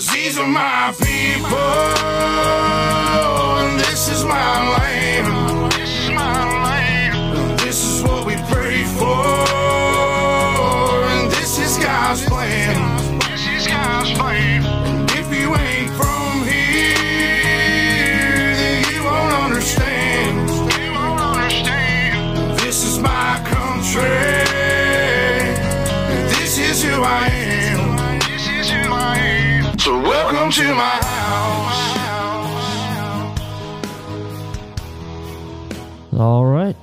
These are my people, and this is my land. This is my land. This is what we pray for, and this is God's plan. This is God's plan. And if you ain't from here, then you won't understand. You won't understand. This is my country. and This is who I am. This is who I am. So welcome to my house. All right.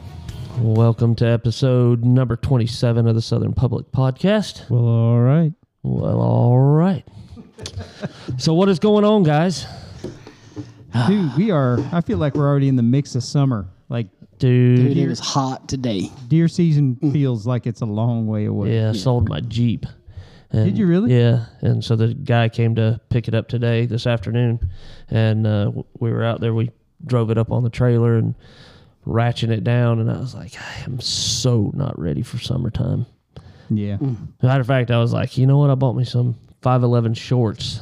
Welcome to episode number 27 of the Southern Public Podcast. Well, all right. Well, all right. so, what is going on, guys? Dude, we are, I feel like we're already in the mix of summer. Like, Dude, Dude, it was hot today. deer season feels like it's a long way away. yeah, I sold my Jeep. And- Did you really? Yeah. And so the guy came to pick it up today, this afternoon. And uh, w- we were out there. We drove it up on the trailer and ratcheting it down. And I was like, I am so not ready for summertime. Yeah. Matter of fact, I was like, you know what? I bought me some 5'11 shorts.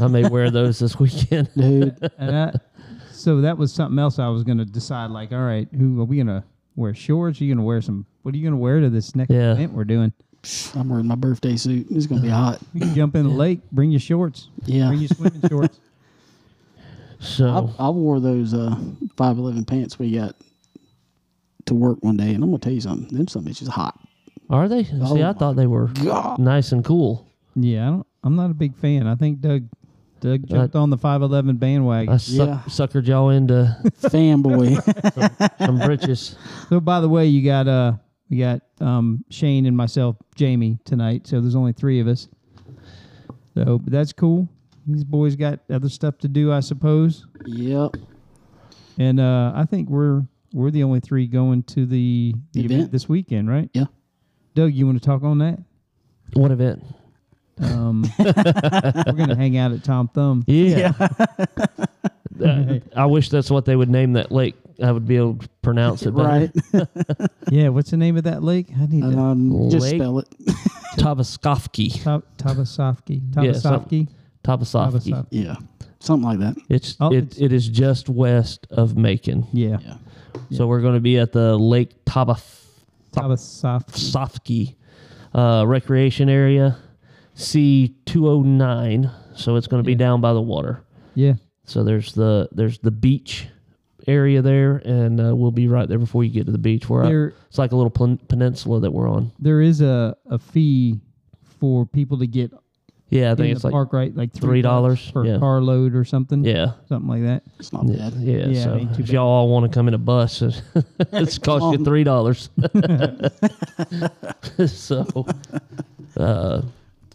I may wear those this weekend. Dude, And I, so that was something else I was going to decide. Like, all right, who are we going to wear shorts? Are you going to wear some, what are you going to wear to this next Yeah. event we're doing? I'm wearing my birthday suit. It's gonna be hot. You can jump in the lake, bring your shorts. Yeah. Bring your swimming shorts. So, I, I wore those uh, five eleven pants we got to work one day, and I'm gonna tell you something. Them some bitches hot. are they? See, I Oh my thought they were God. nice and cool. Yeah. I don't, I'm not a big fan. I think Doug, Doug jumped on the 511 bandwagon. I suck, Yeah. suckered y'all into Fanboy. some britches. So by the way, you got uh we got um Shane and myself, Jamie tonight. So there's only three of us. So but that's cool. These boys got other stuff to do, I suppose. yep. And uh I think we're we're the only three going to the the event, Event. this weekend, right? Yeah. Doug, you want to talk on that? What event? Um, we're gonna hang out at Tom Thumb. Yeah. Uh, I wish that's what they would name that lake. I would be able to pronounce it better. Right. Yeah, what's the name of that lake? I need to Um, just Lake. spell it. Tabaskovsky. Ta- Tabasovsky. Yeah, something. Tabasovsky. Tabasovsky. Tabasov- Yeah. Something like that. It's, Oh, it, it's- it is just west of Macon. Yeah. Yeah. So we're going to be at the Lake Tabasovsky. Sofsky Tabasovsky. uh, recreation area, C209. So it's going to be down by the water. Yeah. So there's the there's the beach area there, and uh, we'll be right there before you get to the beach. Where There- it's like a little pen- peninsula that we're on. There is a, a fee for people to get Yeah, I in think the it's like park, right? Like $3, bucks per yeah. car load or something. yeah. something like that. It's not bad. Yeah, Yeah, so ain't too if bad. y'all all want to come in a bus, it's cost you on. three dollars. so, uh,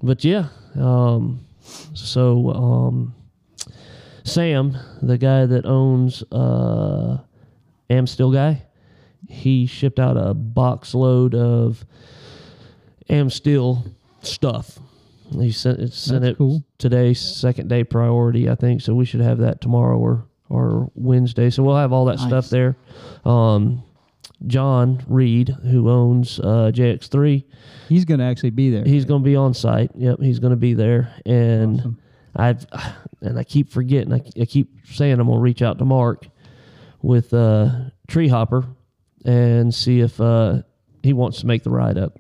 but yeah, um, so um, Sam, the guy that owns uh, Amstel guy, he shipped out a box load of Amstel stuff. He sent it sent That's it cool. today, second day priority, I think. So we should have that tomorrow or or Wednesday. So we'll have all that stuff Nice. there. Um, John Reed, who owns uh, JX3, He's going to actually be there. he's going to be on site. Yep, he's going to be there. And I've and I keep forgetting. I, I keep saying I'm going to reach out to Mark with uh, Tree Hopper and see if uh, he wants to make the ride up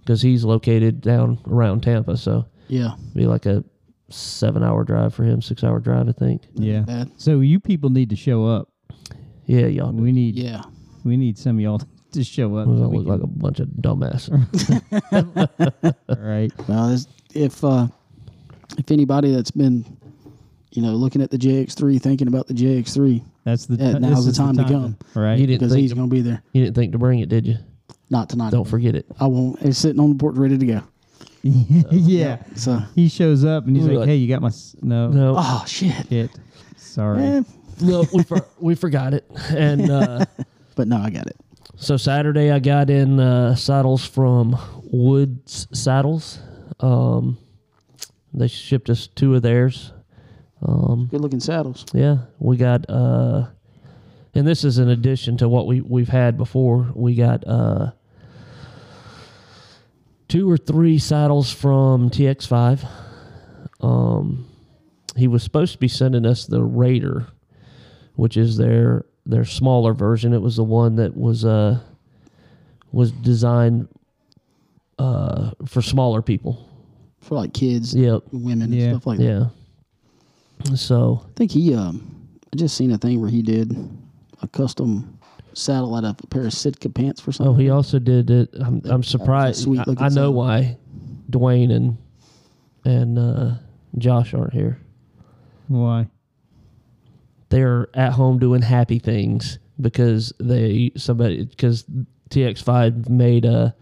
because he's located down around Tampa. So Yeah. be like a seven hour drive for him, six hour drive, I think. yeah. Bad. So you people need to show up. Yeah, y'all. do. We need Yeah. we need some of y'all to show up. We so look we like a bunch of dumbasses. can- all right. Well, this- if uh, if anybody that's been, you know, looking at the JX3, thinking about the JX3, That's the Yeah, ti- now's this the is time to come. All right. you didn't because think he's gonna be there. you didn't think to bring it, did you? Not tonight. Don't forget it. I won't. It's sitting on the porch, ready to go. yeah. So, He shows up and he's We're like, like- "Hey, you got my s- no, No, oh shit. shit. Sorry. Eh, no, we for, we forgot it. And uh, but no, I got it. so Saturday, I got in uh, saddles from Woods Saddles. Um, they shipped us two of theirs. Good looking saddles. Yeah, we got uh and this is in addition to what we we've had before. We got uh two or three saddles from TX5. Um he was supposed to be sending us the Raider, which is their their smaller version. It was the one that was uh was designed uh for smaller people. for like kids, Yep. women, Yeah. and stuff like that. Yeah. So I think he. Um, I just seen a thing where he did a custom saddle out of a pair of Sitka pants for Oh, something. he also did it. I'm, I'm surprised. sweet I, looking I know setup. why Dwayne and and uh, Josh aren't here. Why? They're at home doing happy things because they somebody because TX5 made a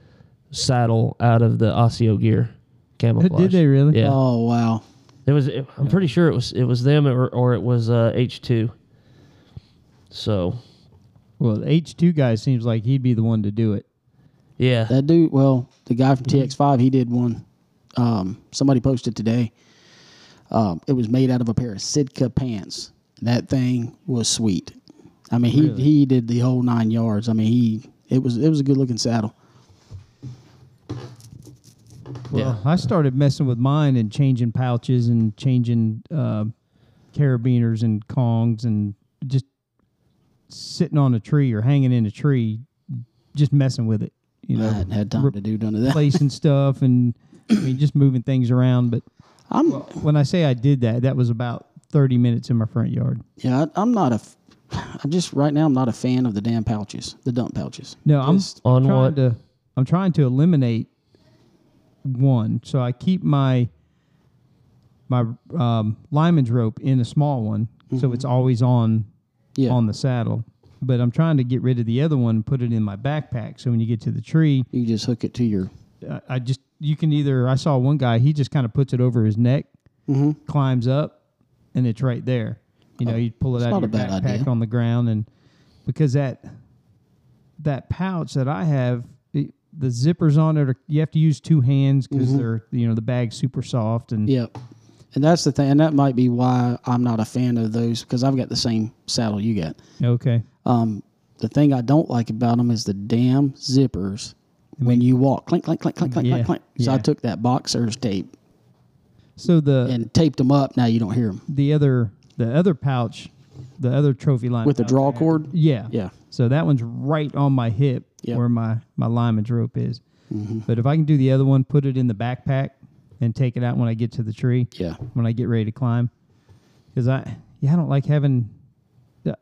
saddle out of the Osseo gear camouflage. Did they really? Yeah, Oh wow! it was. It, I'm pretty sure it was it was them or or it was uh, H2. So Well, the H two guy seems like he'd be the one to do it. yeah, That dude. Well, the guy from TX5, he did one. Um, somebody posted today. Um, it was made out of a pair of Sitka pants. That thing was sweet. I mean, he he did the whole nine yards. I mean, he it was it was a good looking saddle. yeah. I started messing with mine and changing pouches and changing uh, carabiners and kongs and just sitting on a tree or hanging in a tree, just messing with it. You I know, hadn't had time re- to do none of that. placing stuff and I mean just moving things around. But I'm when I say I did that, that was about thirty minutes in my front yard. yeah, I, I'm not a. f- I'm just right now. I'm not a fan of the damn pouches, the dump pouches. No, I'm Just on trying what? to I'm trying to eliminate one. So I keep my my um, lineman's rope in a small one, so Mm-hmm. it's always on Yeah. on the saddle. But I'm trying to get rid of the other one and put it in my backpack. So when you get to the tree, You just hook it to your. I, I just you can either I saw one guy he just kind of puts it over his neck, Mm-hmm. climbs up, and it's right there. You know, you pull it out Oh, not of your a bad backpack idea. on the ground, and because that that pouch that I have, the, the zippers on it are you have to use two hands because Mm-hmm. they're you know the bag's super soft and Yep. And that's the thing, and that might be why I'm not a fan of those because I've got the same saddle you got. okay, Um, the thing I don't like about them is the damn zippers when you walk. Clink, clink, clink, clink, clink, Yeah, clink, clink. So I yeah. took that boxer's tape so the and taped them up. Now you don't hear them the other the other pouch, the other trophy line with the pouch draw I have- cord. Yeah. Yeah. So that one's right on my hip Yep. where my, my lineman's rope is. Mm-hmm. But if I can do the other one, put it in the backpack and take it out when I get to the tree, Yeah. when I get ready to climb. Because I, yeah, I don't like having,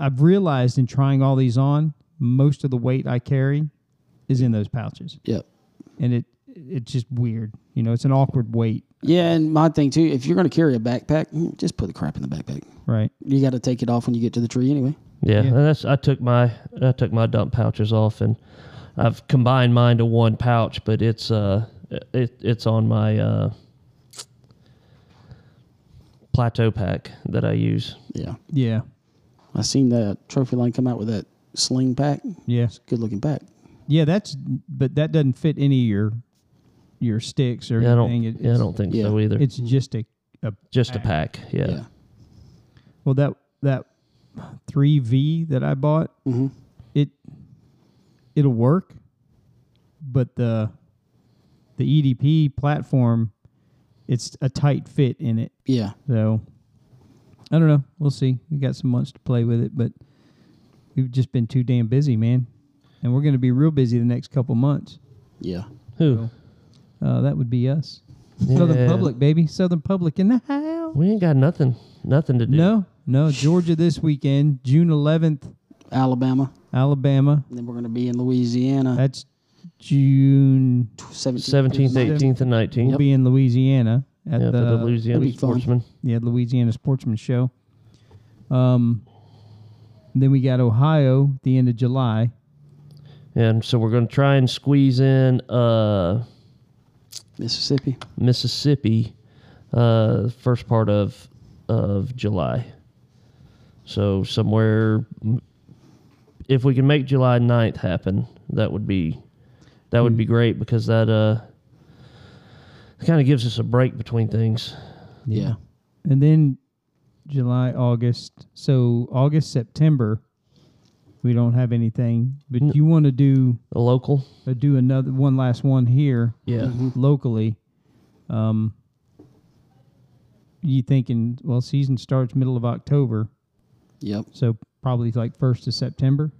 I've realized in trying all these on, most of the weight I carry is in those pouches. Yep. And it, it's just weird. You know, it's an awkward weight, Yeah, and my thing too, if you're going to carry a backpack, mm, just put the crap in the backpack. right? You got to take it off when you get to the tree anyway. Yeah, Yeah. and that's I took my I took my dump pouches off, and I've combined mine to one pouch, but it's uh it it's on my uh plateau pack that I use. Yeah. Yeah. I seen that trophy line come out with that sling pack. Yeah. Good looking pack. Yeah, that's, but that doesn't fit any of your, your sticks or Yeah, I don't anything. It- yeah, I it's- don't think so yeah, either. It's just a, a just a pack. Yeah. Yeah. well that that three V that I bought. It it'll work, but the the EDP platform, it's a tight fit in it. Yeah. So I don't know. We'll see. We got some months to play with it, but we've just been too damn busy, man. And we're going to be real busy the next couple months. Yeah. Who? Uh, that would be us. Southern Yeah. Public, baby. Southern Public in the house. We ain't got nothing nothing to do. No, no. Georgia this weekend, June 11th, Alabama. Alabama. And then we're going to be in Louisiana. That's June. 17th, 18th, and 19th. We'll be in Louisiana at Yeah, the, for the Louisiana That'd be fun. sportsman. yeah, Louisiana Sportsman Show. Um, then we got Ohio the end of July. And so we're going to try and squeeze in uh Mississippi. Mississippi, uh, first part of of July. So somewhere, if we can make July 9th happen, that would be that would be great because that uh kind of gives us a break between things. Yeah. And then July, August. So August, September, we don't have anything. But you want to do A local, uh, do another one last one here yeah, locally. Um, you thinking, well, season starts middle of October, Yep. so probably like first of September.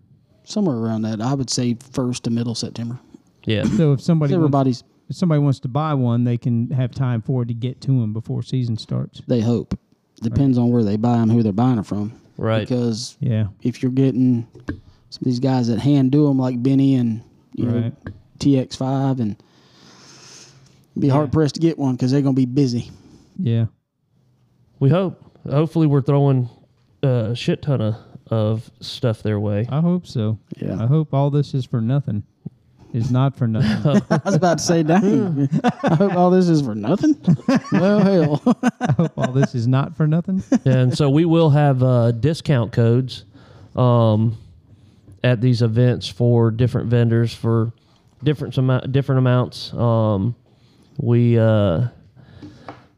Somewhere around that. I would say first to middle September. Yeah. So if somebody wants, Everybody's, if somebody wants to buy one, they can have time for it to get to them before season starts. they hope. Depends on where they buy them, who they're buying them from. Right. Because Yeah, if you're getting some of these guys that hand do them, like Benny and you know right. TX5, and be hard pressed to get one because they're gonna be busy. Yeah, We hope. Hopefully, we're throwing uh, a shit ton of, of stuff their way. I hope so. Yeah, I hope all this is for nothing. Is not for nothing. I was about to say, dang. I hope all this is for nothing. well, hell, I hope all this is not for nothing. and so we will have uh, discount codes um, at these events for different vendors for different amount, different amounts. Um, we uh,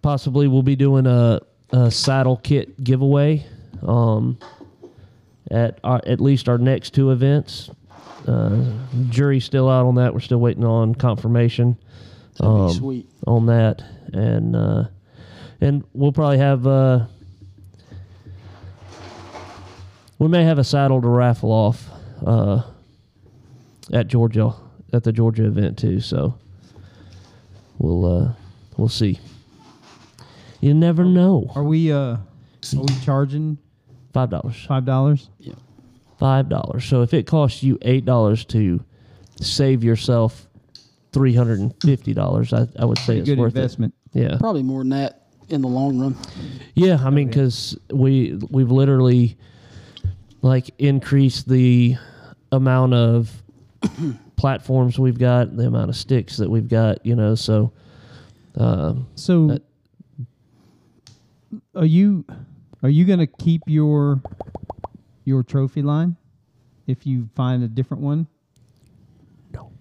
possibly will be doing a, a saddle kit giveaway um, at our, at least our next two events. Uh, jury's still out on that. We're still waiting on confirmation that'd Um, be sweet. on that, and uh, and we'll probably have uh, we may have a saddle to raffle off uh, at Georgia at the Georgia event too. So we'll uh, we'll see. You never know. Are we? Uh, are we charging Five dollars. five dollars? Five dollars. So if it costs you eight dollars to save yourself three hundred and fifty dollars, I, I would say it's Good worth investment. it. Yeah. Probably more than that in the long run. Yeah, I mean, because we we've literally like increased the amount of platforms we've got, the amount of sticks that we've got, you know. So So, That- are you are you going to keep your your trophy line if you find a different one? No.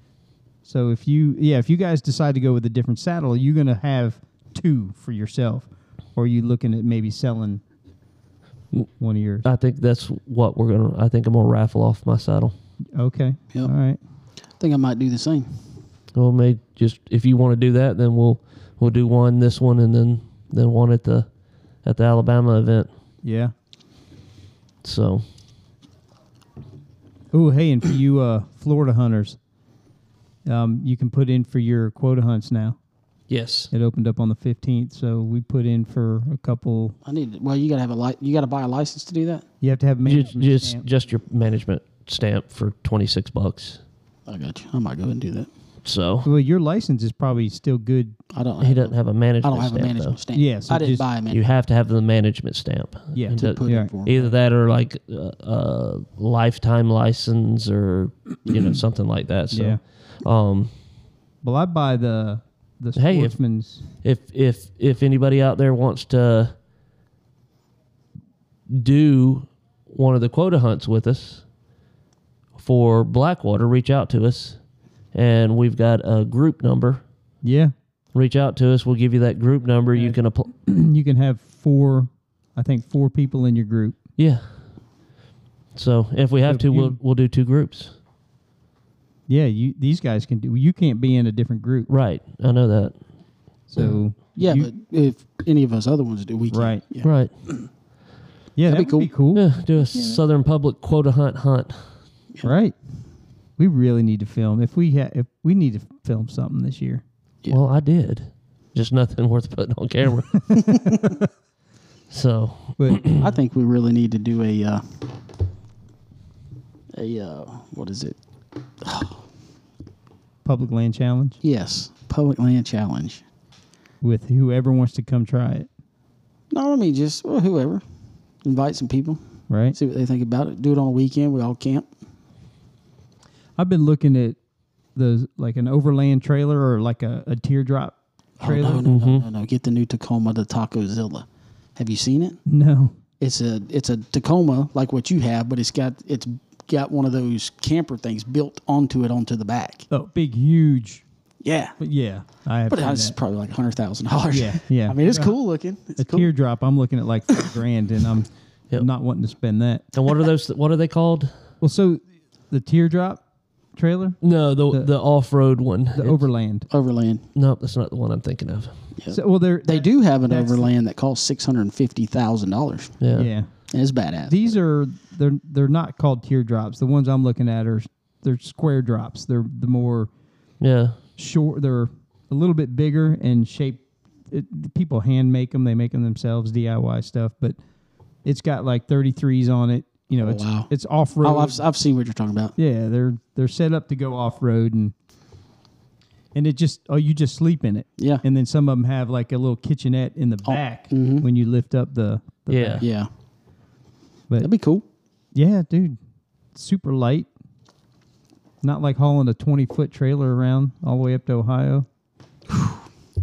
So if you yeah if you guys decide to go with a different saddle, are you going to have two for yourself, or are you looking at maybe selling one of yours? I think that's what we're gonna. I think I'm gonna raffle off my saddle. Okay. Yep. All right. I think I might do the same. Well, may just if you want to do that, then we'll we'll do one this one and then then one at the at the Alabama event. Yeah. So Oh, hey, and for you uh, Florida hunters, um, you can put in for your quota hunts now. yes, It opened up on the 15th, so we put in for a couple. I need. Well, you gotta have a li- You gotta buy a license to do that. You have to have just management just, stamp. just your management stamp for twenty six bucks. I got you. I might go and do that. So Well, your license is probably still good. I don't. he have a- doesn't have a management. I don't have a stamp, though. management stamp. Yeah, so I didn't just- buy a man. You have to have the management stamp. Yeah. And To that- put Yeah. it for 'em. either that or like a uh, lifetime license or you know something like that. So Yeah. um, Well, I buy the the Hey, if- sportsman's. if if if anybody out there wants to do one of the quota hunts with us for Blackwater, reach out to us, and we've got a group number. yeah, Reach out to us. We'll give you that group number. You can apply. you can have four. I think four people in your group. Yeah. So if we have So to, we'll you- we'll do two groups. Yeah, you these guys can do. You can't be in a different group, Right. I know that. so Yeah, you- but if any of us other ones do, we can. Right. Yeah. Right. yeah, that'd that'd be be cool. Yeah, do a Southern Public quota hunt hunt. Right. We really need to film. If we ha- if we need to film something this year. Yeah. Well, I did. Just nothing worth putting on camera. so, But I think we really need to do a uh, a uh, what is it? public land challenge Yes, public land challenge. with whoever wants to come try it, No, I mean just well, whoever. Invite some people, right? see what they think about it. Do it on a weekend. We all camp. I've been looking at those like an overland trailer or like a, a teardrop Oh, no, trailer. Mm-hmm. no, no, no, no! Get the new Tacoma, the Tacozilla. Have you seen it? No. It's a it's a Tacoma like what you have, but it's got it's got one of those camper things built onto it onto the back. Oh, big, huge. Yeah, But yeah, I have but seen it's that. probably like hundred thousand dollars. Yeah, yeah. I mean, it's cool looking. It's a cool. teardrop. I'm looking at like five grand, and I'm Yep. not wanting to spend that. and what are those? What are they called? Well, so the teardrop trailer, No, the the, off road one. the overland. Overland. no, that's not the one I'm thinking of. So, well, they're They do have an That's- overland that costs six hundred and fifty thousand dollars. Yeah. Yeah, And it's badass. these are they're they're not called teardrops. The ones I'm looking at are they're square drops. They're the more Yeah. short. They're a little bit bigger and shaped. It, people hand make them. They make them themselves, DIY stuff. But it's got like 33s on it. You know, it's Oh, wow. it's off road. oh, I've, I've seen what you're talking about. yeah, they're they're set up to go off road and and it just oh you just sleep in it. Yeah. Oh. And then some of them have like a little kitchenette in the back Mm-hmm. when you lift up the, the Yeah. back. Yeah, But that'd be cool. yeah, dude, super light. Not like hauling a twenty foot trailer around all the way up to Ohio.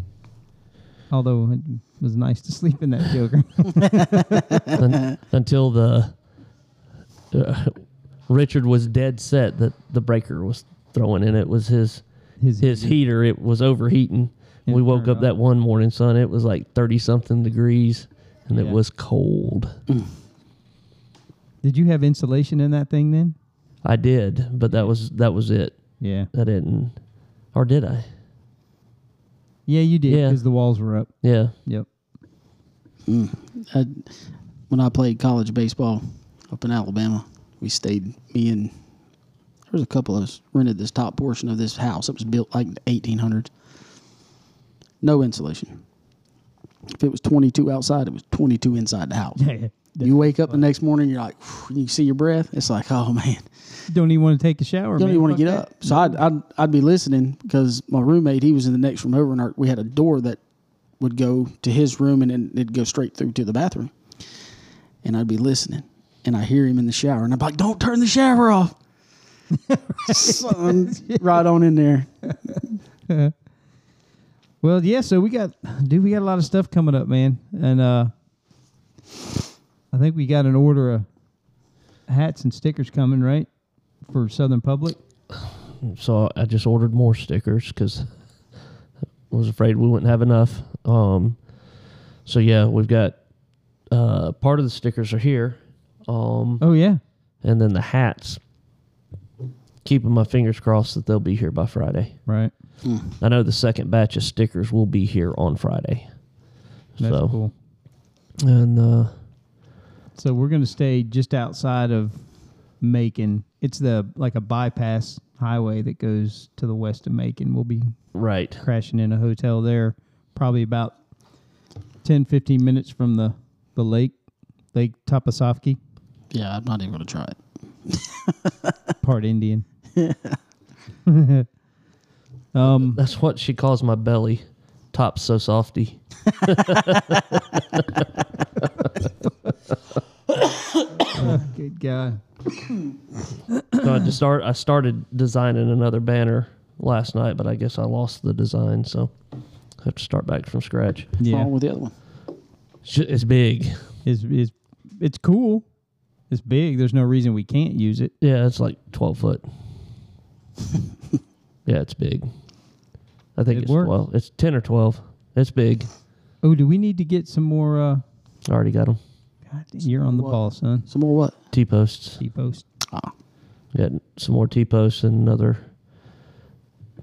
Although it was nice to sleep in that joker. Un- until the uh, Richard was dead set that the breaker was throwing in it was his His- his, heater. It was overheating. we woke turned up that one morning, son. It was like thirty something degrees, and it Yeah. was cold. Did you have insulation in that thing then? I did, but that was that was it. Yeah. I didn't, or did I? Yeah, you did Yeah. because the walls were up. Yeah, Yep. I, when I played college baseball up in Alabama, we stayed. Me and there was a couple of us rented this top portion of this house. It was built like in the 1800s. No insulation. If it was 22 outside, it was 22 inside the house. you wake up the next morning, you're like, "Phew," you see your breath. It's like, oh man, Don't even want to take a shower. you man. don't even want Fuck to get that. up. So I'd, I'd I'd be listening because my roommate he was in the next room over, and our, we had a door that would go to his room, and then it'd go straight through to the bathroom. And I'd be listening, and I hear him in the shower, and I'm like, "Don't turn the shower off." Son, right on in there. Well, yeah. So we got, dude, we got a lot of stuff coming up, man, and uh I think we got an order of hats and stickers coming, right, for Southern Public. so I just ordered more stickers because I was afraid we wouldn't have enough. Um, so yeah, we've got uh, part of the stickers are here, um, Oh yeah, and then the hats. Keeping my fingers crossed that they'll be here by Friday. right. I know the second batch of stickers will be here on Friday, That's So- cool. and uh, So we're gonna stay just outside of Macon. It's the like a bypass highway that goes to the west of Macon. We'll be right, crashing in a hotel there, probably about 10, 15 minutes from the the lake, Lake Tapasofki. Yeah, I'm not even gonna try it. part Indian. um, that's what she calls my belly. Top's so softy. good guy. So I just start. I started designing another banner last night, but I guess I lost the design, so I have to start back from scratch. What's Yeah, wrong with the other one? It's ju- It's big. is is it's cool. It's big. There's no reason we can't use it. Yeah, it's like twelve foot. yeah, it's big. I think It it's works. twelve. It's ten or twelve. It's big. Oh, do we need to get some more? Uh, I already got them. God, you're on the What? ball, son. Some more what? T posts. T post. Ah, Got some more T posts and another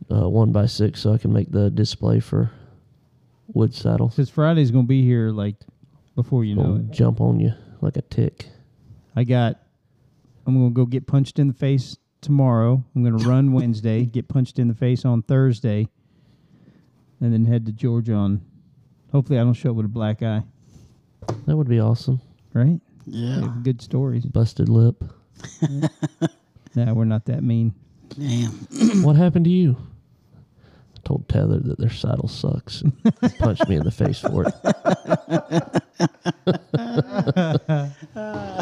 uh, one by six, so I can make the display for wood saddles. Because Friday's gonna be here like before you know Gonna it. jump on you like a tick. I got. I'm gonna go get punched in the face tomorrow. I'm gonna run Wednesday. Get punched in the face on Thursday. And then head to Georgia on. Hopefully, I don't show up with a black eye. That would be awesome. Right? We yeah. have Good stories. Busted lip. No, we're not that mean. Damn. what happened to you? I told Tether that their saddle sucks. and he punched me in the face for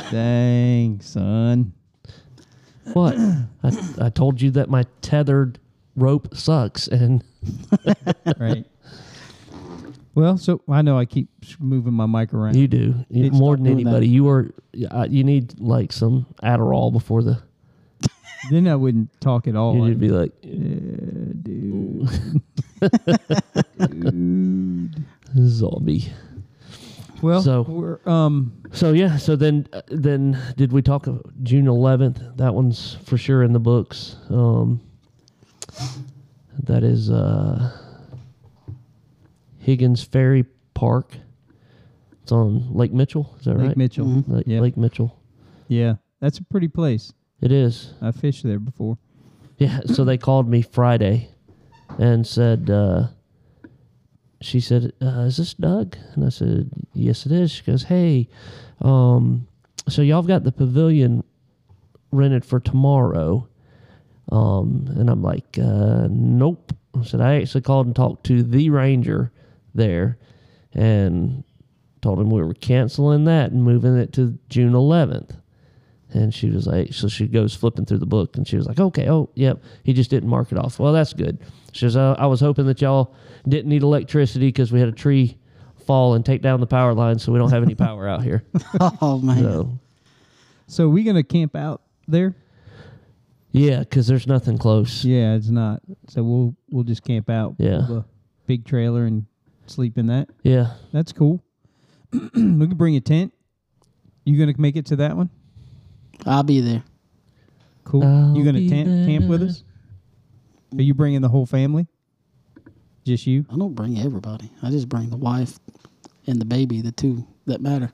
it. Dang, son. What? I, I told you that my tethered rope sucks, and Right. well, so I know I keep sh- moving my mic around. you do You- Dude, more than stop doing that. anybody. You are uh, you need like some Adderall before the. then I wouldn't talk at all. Uh, You need to be like, zombie. well, so- we're um So yeah, so then uh, then did we talk of June eleventh? That one's for sure in the books. Um, that is uh, Higgins Ferry Park. It's on Lake Mitchell. Is that Lake right? Mm-hmm. Mitchell. Lake, Yeah. Lake Mitchell. Yeah, that's a pretty place. It is. I fished there before. Yeah, so they called me Friday and said, uh, she said, uh, is this Doug? And I said, yes, it is. She goes, hey, um, so y'all have got the pavilion rented for tomorrow. Um, and I'm like, uh, nope. I said, I actually called and talked to the ranger there and told him we were canceling that and moving it to June 11th. And she was like, so she goes flipping through the book and she was like, okay, oh, yep. He just didn't mark it off. Well, that's good. She says, uh, I was hoping that y'all didn't need electricity because we had a tree fall and take down the power line, so we don't have any power out here. Oh man, So, So we gonna camp out there? yeah, because there's nothing close. Yeah, it's not. So we'll we'll just camp out. Yeah. We'll have a big trailer and sleep in that. Yeah. That's cool. we can bring a tent. You gonna make it to that one? I'll be there. Cool. I'll you gonna be tent, camp with there. us? Are you bringing the whole family? Just you? I don't bring everybody. I just bring the wife and the baby, the two that matter.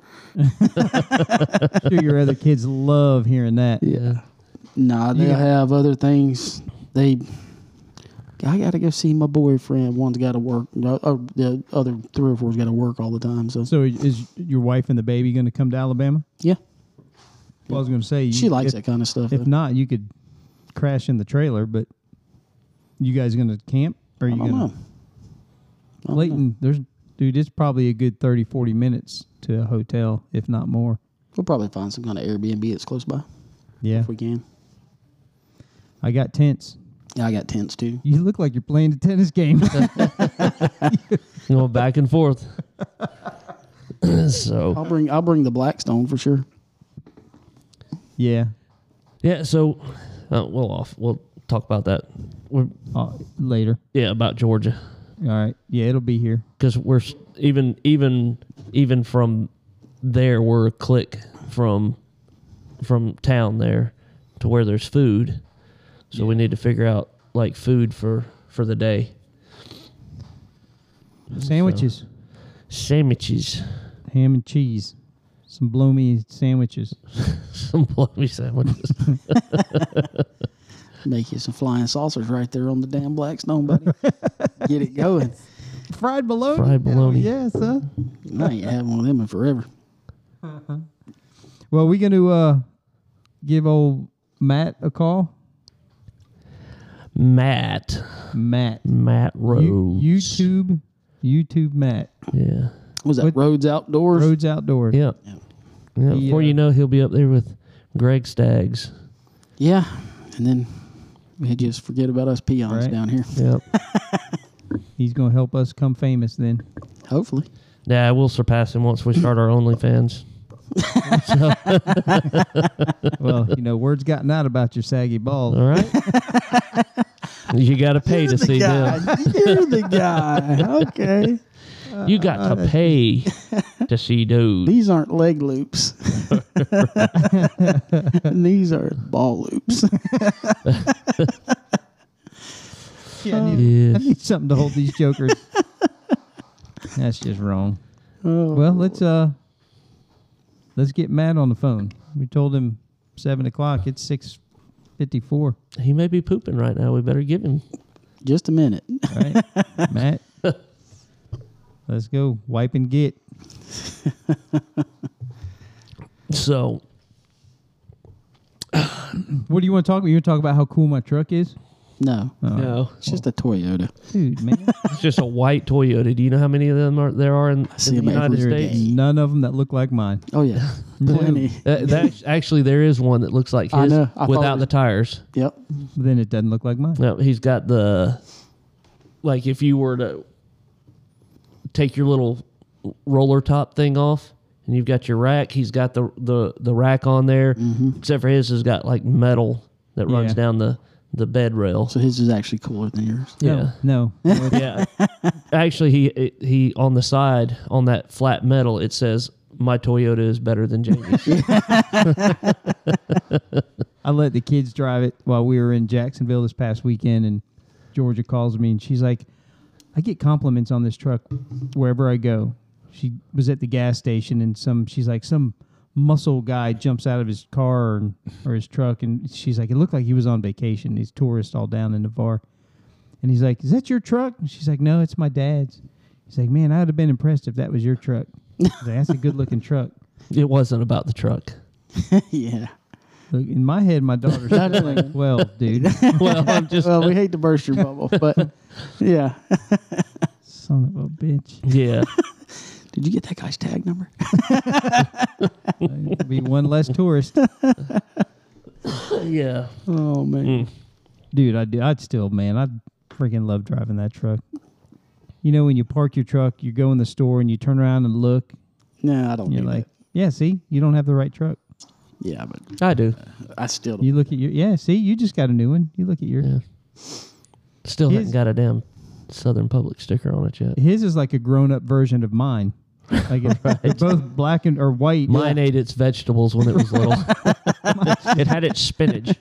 I'm sure your other kids love hearing that. Yeah. Nah, they Yeah. have other things. They, I gotta go see my boyfriend. One's got to work. No, oh, the other three or four's got to work all the time. So, So is- is your wife and the baby gonna come to Alabama? yeah, Well, I was gonna say you, she likes Mm, if, that kind of stuff. If though. not, you could crash in the trailer. But you guys gonna camp? Or are I you don't gonna? know. I don't know. Layton, there's dude, it's probably a good 30, 40 minutes to a hotel, if not more. We'll probably find some kind of Airbnb that's close by Yeah. if we can. I got tents. Yeah, I got tents too. You look like you're playing a tennis game. Going back and forth. so, I'll bring I'll bring the Blackstone for sure. yeah. yeah, so uh, we'll off. We'll talk about that. We're, Uh, later. yeah, about Georgia. All right. Yeah, it'll be here. because we're s- even even even from there we're a click from from town there to where there's food so we need to figure out like food for for the day Sandwiches, sandwiches ham and cheese, some bloomy sandwiches. some bologna sandwiches Make you some flying saucers right there on the damn Blackstone, buddy. Get it going. Fried bologna. Fried bologna. Yeah, sir. I ain't had one of them in forever. Well, we going to uh, give old Matt a call. matt Matt. matt rose You- YouTube. YouTube Matt. yeah Was that What- Rhodes Outdoors? Roads Outdoors. yeah, yeah. before Yeah. you know he'll be up there with greg staggs Yeah, and then they just forget about us peons Right. down here. yep He's going to help us come famous then. Hopefully, yeah we'll surpass him once we start our onlyfans Well, you know, word's gotten out about your saggy balls. All right. you got to pay to see them. you're the guy. Okay, You got to pay to see dudes. these aren't leg loops. these are ball loops. Yeah, I, need, I Yeah. need something to hold these jokers. That's just wrong. Oh. well, let's uh, let's get Matt on the phone. We told him seven o'clock. It's six fifty-four. He may be pooping right now. We better give him. Just a minute. Right, Matt. Let's go wipe and get. So, What do you want to talk about? You want to talk about how cool my truck is, No, no. it's just a Toyota. dude, man? It's just a white Toyota. Do you know how many of them are, there are in, see in the them every United day. States? None of them that look like mine. Oh yeah, plenty. Uh, that, actually, there is one that looks like I his know. I thought without it the was- tires. Yep. Then it doesn't look like mine. No, he's got the like if you were to take your little roller top thing off and you've got your rack, he's got the the, the rack on there. Mm-hmm. Except for his has got like metal that runs Yeah. down the, the bed rail. So his is actually cooler than yours. yeah. No, no. Yeah. Actually he it, he on the side on that flat metal it says my Toyota is better than Jamie's. I let the kids drive it while we were in Jacksonville this past weekend, and Georgia calls me and she's like, I get compliments on this truck wherever I go. She was at the gas station and some she's like some muscle guy jumps out of his car and, or his truck and she's like it looked like he was on vacation. These tourists all down in Navarre. And he's like, "Is that your truck?" And she's like, "No, it's my dad's." He's like, "Man, I would have been impressed if that was your truck." I was like, That's a good looking truck. It wasn't about the truck. yeah. Look, in my head, my daughter's No, no, no. like twelve, dude. Well, I'm just Well, we hate to burst your bubble, but yeah. Son of a bitch. yeah. Did you get that guy's tag number? It'll be one less tourist, Yeah. Oh man. dude. I'd I'd still, man. I'd freaking love driving that truck. You know, when you park your truck, you go in the store and you turn around and look. No, I don't. And you're do like, yeah, see, you don't have the right truck. that. yeah, but I do. I still don't. You look at your, yeah, see, you just got a new one. You look at your, Yeah. Still His- haven't got a damn Southern Public sticker on it yet. his is like a grown up version of mine. Like it's both black and or white. Mine ate its vegetables when it was little. it had its spinach,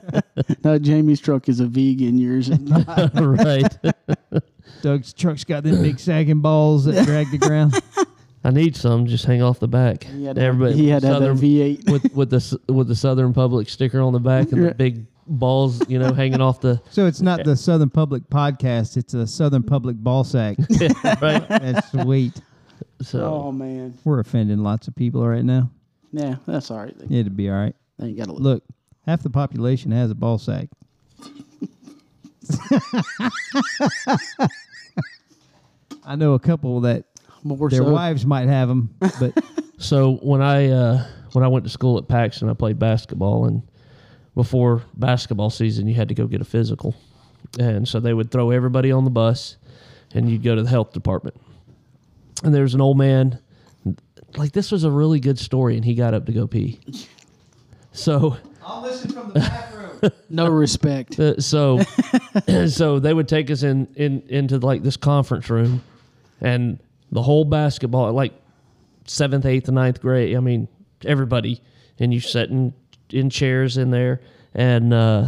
No, Jamie's truck is a vegan. Yours is not. right? Doug's truck's got them big sagging balls that drag the ground. I need some. Just hang off the back. He had, Everybody. he had to have that Southern- V8. with with the s- with the Southern Public sticker on the back and Yeah. the big balls, you know, hanging off the So it's not the Southern Public Podcast. It's the Southern Public Ball Sack. right. That's sweet. So Oh man. We're offending lots of people right now. Yeah, that's all right. They, It'd be all right. they ain't got to look. Look, half the population has a ball sack. I know a couple that More their so. wives might have them, but so when I uh, when I went to school at Paxton, I played basketball, and before basketball season, you had to go get a physical, and so they would throw everybody on the bus, and you'd go to the health department, and there was an old man, like this was a really good story, and he got up to go pee, so. I'll listen from the bathroom. No respect. Uh, so so they would take us in, in into like this conference room and the whole basketball like seventh eighth and ninth grade i mean everybody and you sitting in chairs in there and uh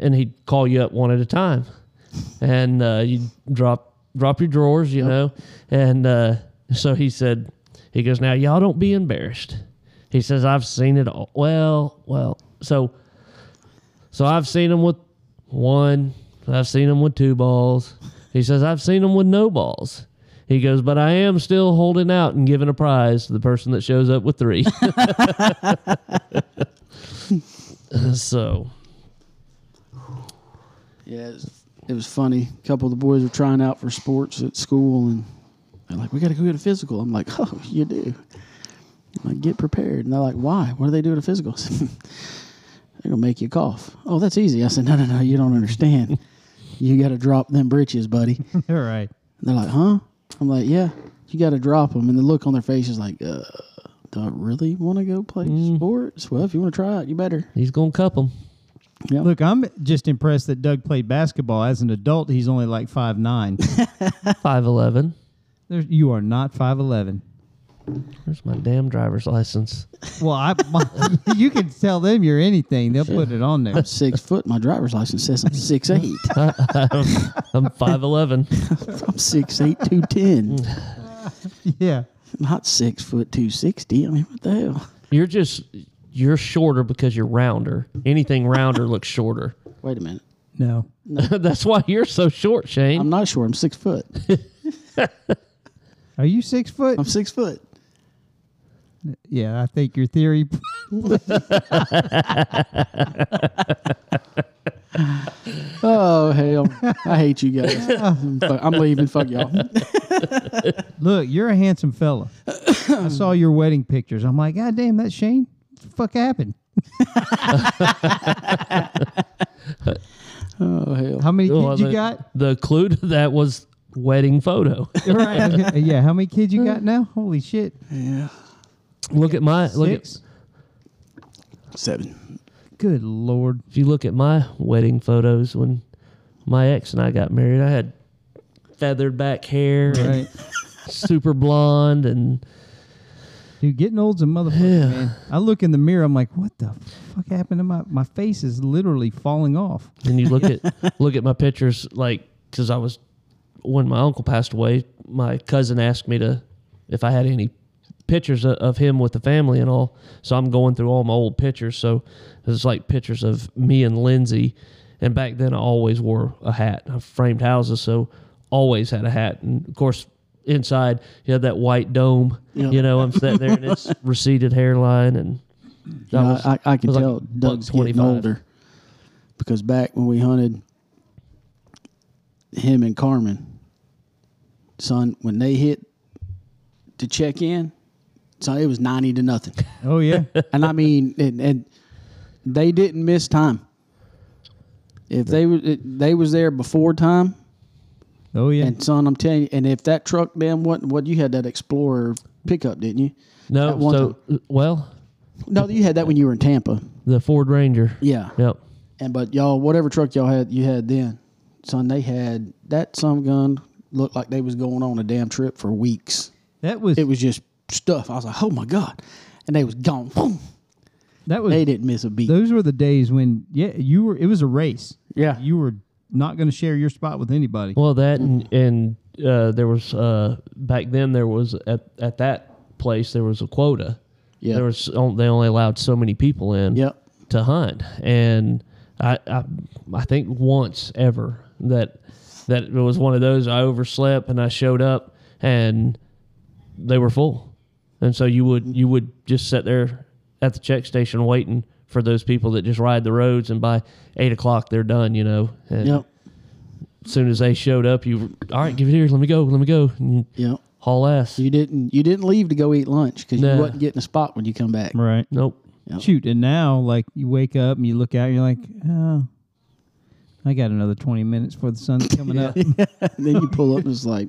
and he'd call you up one at a time and uh you drop drop your drawers you know and uh so he said he goes now y'all don't be embarrassed he says i've seen it all well well so so I've seen him with one. I've seen him with two balls. He says, I've seen him with no balls. He goes, but I am still holding out and giving a prize to the person that shows up with three. so, Yeah, it was, it was funny. A couple of the boys were trying out for sports at school, and they're like, "We got to go get a physical." I'm like, "Oh, you do." I'm like, get prepared, and they're like, "Why? What do they do at a physical?" I said, they're gonna make you cough. Oh, that's easy. I said, "No, no, no, you don't understand. you got to drop them britches, buddy." And All right. they're like, "Huh?" I'm like, "Yeah, you got to drop them." And the look on their face is like, uh, "Do I really want to go play sports?" Well, if you want to try it, you better. he's going to cup him. Look, I'm just impressed that Doug played basketball. As an adult, he's only like five nine. 5'11. you are not five eleven. Where's my damn driver's license? Well, I, you can tell them you're anything. They'll put it on there. Six foot. My driver's license says I'm six eight. I'm 5'11. I'm six eight two ten. Mm. Yeah. Not six foot two sixty. I mean, what the hell? You're just, you're shorter because you're rounder. Anything rounder looks shorter. Wait a minute. No. That's why you're so short, Shane. Um, I'm not sure. I'm six foot. Are you six foot? I'm six foot. Yeah, I think your theory. Oh hell! I hate you guys. I'm fu- I'm leaving. Fuck y'all. Look, you're a handsome fella. I saw your wedding pictures. I'm like, God damn, that's Shane. What the fuck happened? Oh hell! How many Well, kids you the- got? The clue to that was wedding photo. right. Yeah, how many kids you got now? Holy shit. Yeah. look at my look at Six? Seven. Good lord. if you look at my wedding photos when my ex and I got married, I had feathered back hair and Right. super blonde and Dude, getting old's a motherfucker, man. I look in the mirror, I'm like, what the fuck happened to my my face is literally falling off. and you look at look at my pictures like cuz I was when my uncle passed away, my cousin asked me to if I had any pictures of, of him with the family and all. So I'm going through all my old pictures. So it's like pictures of me and Lindsay. And back then, I always wore a hat. I framed houses, so always had a hat. And of course, inside you had that white dome. Yeah. You know, I'm sitting there and it's receded hairline and. You know, I, I can was like tell a buck Doug's getting 25. older because back when we hunted, him and Carmen, son, when they hit to check in, son, it was ninety to nothing, Oh yeah. and I mean, and, and they didn't miss time. If they were, they was there before time, Oh yeah. and son, I'm telling you, and if that truck damn what what you had that Explorer pickup, didn't you? At No, one so well, No, you had that when you were in Tampa. the Ford Ranger. Yeah. Yep. And but y'all, whatever truck y'all had, you had then, son, they had that some gun looked like they was going on a damn trip for weeks. that was, It was just stuff. I was like, oh my god, and they was gone. Boom. that was They didn't miss a beat. those were the days when yeah, you were it was a race. Yeah. You were not going to share your spot with anybody. Well, that and, and uh, there was uh, back then there was at at that place there was a quota. Yeah. There was on, they only allowed so many people in. Yep. To hunt, and I, I I think once ever that that it was one of those I overslept and I showed up and they were full, and so you would you would just sit there at the check station waiting for those people that just ride the roads and by eight o'clock they're done, you know. And Yep. as soon as they showed up, you were, all right, give it here, let me go, let me go, and you Yep. haul ass. You didn't. You didn't leave to go eat lunch because Nah. you wasn't getting a spot when you come back. Right. nope. Shoot, and now like you wake up and you look out and you're like, "Oh, I got another 20 minutes before the sun's coming up." And then you pull up and it's like